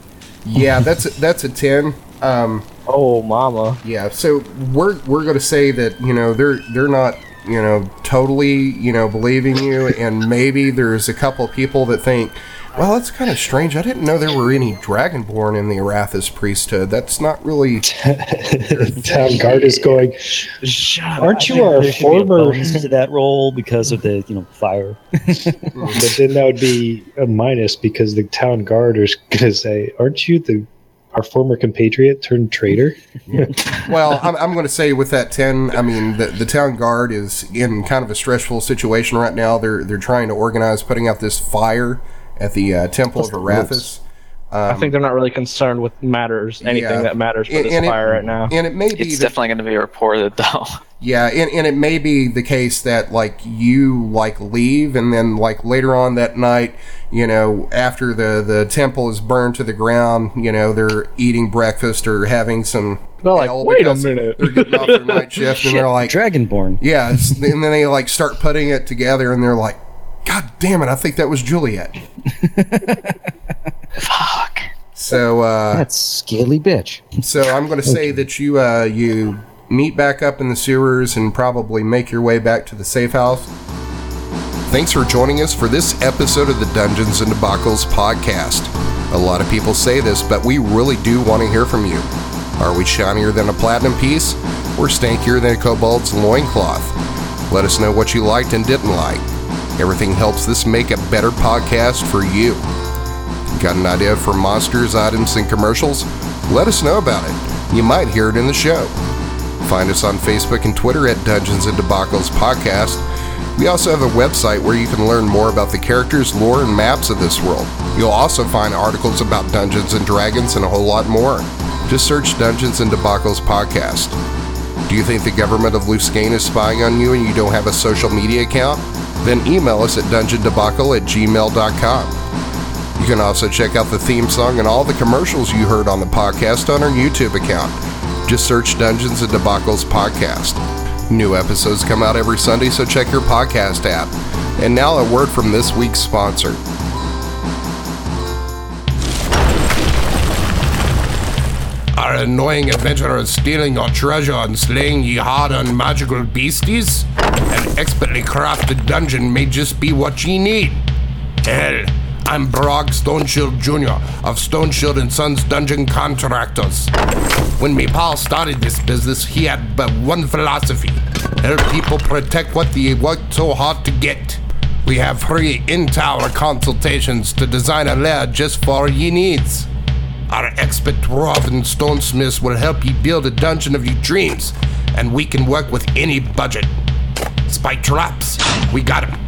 A: Yeah, that's a, that's a ten. Um,
E: Oh, mama.
A: Yeah, so we're we're gonna say that you know they're they're not you know totally you know believing you, and maybe there's a couple people that think, well, that's kind of strange. I didn't know there were any Dragonborn in the Arathis priesthood. That's not really
C: Town guard is going. Aren't you our
D: There should be a
C: former?
D: bonus to that role because of the you know fire?
C: But then that would be a minus because the town guard is going to say, "Aren't you the our former compatriot turned traitor?"
A: well. I'm, I'm gonna say with that ten, I mean the the town guard is in kind of a stressful situation right now. They're they're trying to organize putting out this fire at the uh, temple of Arathis.
E: I think they're not really concerned with matters, anything
A: Um, Yeah.
E: that matters for
A: And-
E: this
A: and it-
E: fire right now.
A: Um, And it may be
B: It's
A: that
B: definitely going to be reported though.
A: Yeah, and, and it may be the case that like you like leave and then like later on that night, you know, after the the temple is burned to the ground, you know, they're eating breakfast or having some
E: They're like,
A: ale
E: wait a
A: because
E: minute.
A: They're getting off their night shift and they're like
D: Dragonborn.
A: Yeah, it's- and then they like start putting it together and they're like, God damn it, I think that was Juliet.
B: Fuck.
A: So uh
D: That scaly bitch.
A: So I'm going to say that you uh, you meet back up in the sewers and probably make your way back to the safe house. Thanks for joining us for this episode of the Dungeons and Debacles podcast. A lot of people say this, but we really do want to hear from you. Are we shinier than a platinum piece or stankier than a kobold's loincloth? Let us know what you liked and didn't like. Everything helps this make a better podcast for you. Got an idea for monsters, items, and commercials? Let us know about it. You might hear it in the show. Find us on Facebook and Twitter at Dungeons and Debacles Podcast. We also have a website where you can learn more about the characters, lore, and maps of this world. You'll also find articles about Dungeons and Dragons and a whole lot more. Just search Dungeons and Debacles Podcast. Do you think the government of Luskane is spying on you and you don't have a social media account? Then email us at dungeondebacle at gmail.com. You can also check out the theme song and all the commercials you heard on the podcast on our YouTube account. Just search Dungeons and Debacles Podcast. New episodes come out every Sunday, so check your podcast app. And now a word from this week's sponsor. Our annoying adventurers stealing your treasure and slaying ye hard-earned magical beasties? An expertly crafted dungeon may just be what ye need. Hell, I'm Brog Stoneshield Jr. of Stoneshield and Sons Dungeon Contractors. When me pal started this business, he had but one philosophy. Help people protect what they worked so hard to get. We have free in-tower consultations to design a lair just for ye needs. Our expert dwarf and stonesmiths will help you build a dungeon of your dreams, and we can work with any budget. Spike traps, we got 'em.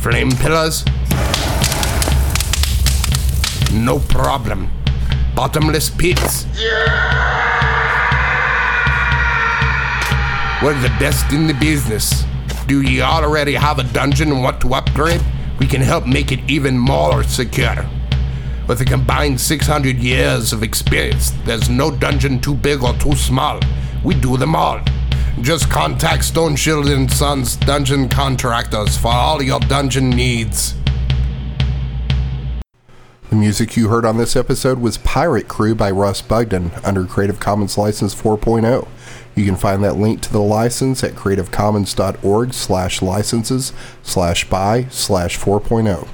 A: Flame pillars, no problem. Bottomless pits. We're the best in the business. Do ye already have a dungeon and want to upgrade? We can help make it even more secure. With a combined 600 years of experience, there's no dungeon too big or too small. We do them all. Just contact Stone Shield and Sons Dungeon Contractors for all your dungeon needs. The music you heard on this episode was Pirate Crew by Russ Bugden under Creative Commons License 4.0. You can find that link to the license at creativecommons.org slash oh. licenses slash by slash 4.0.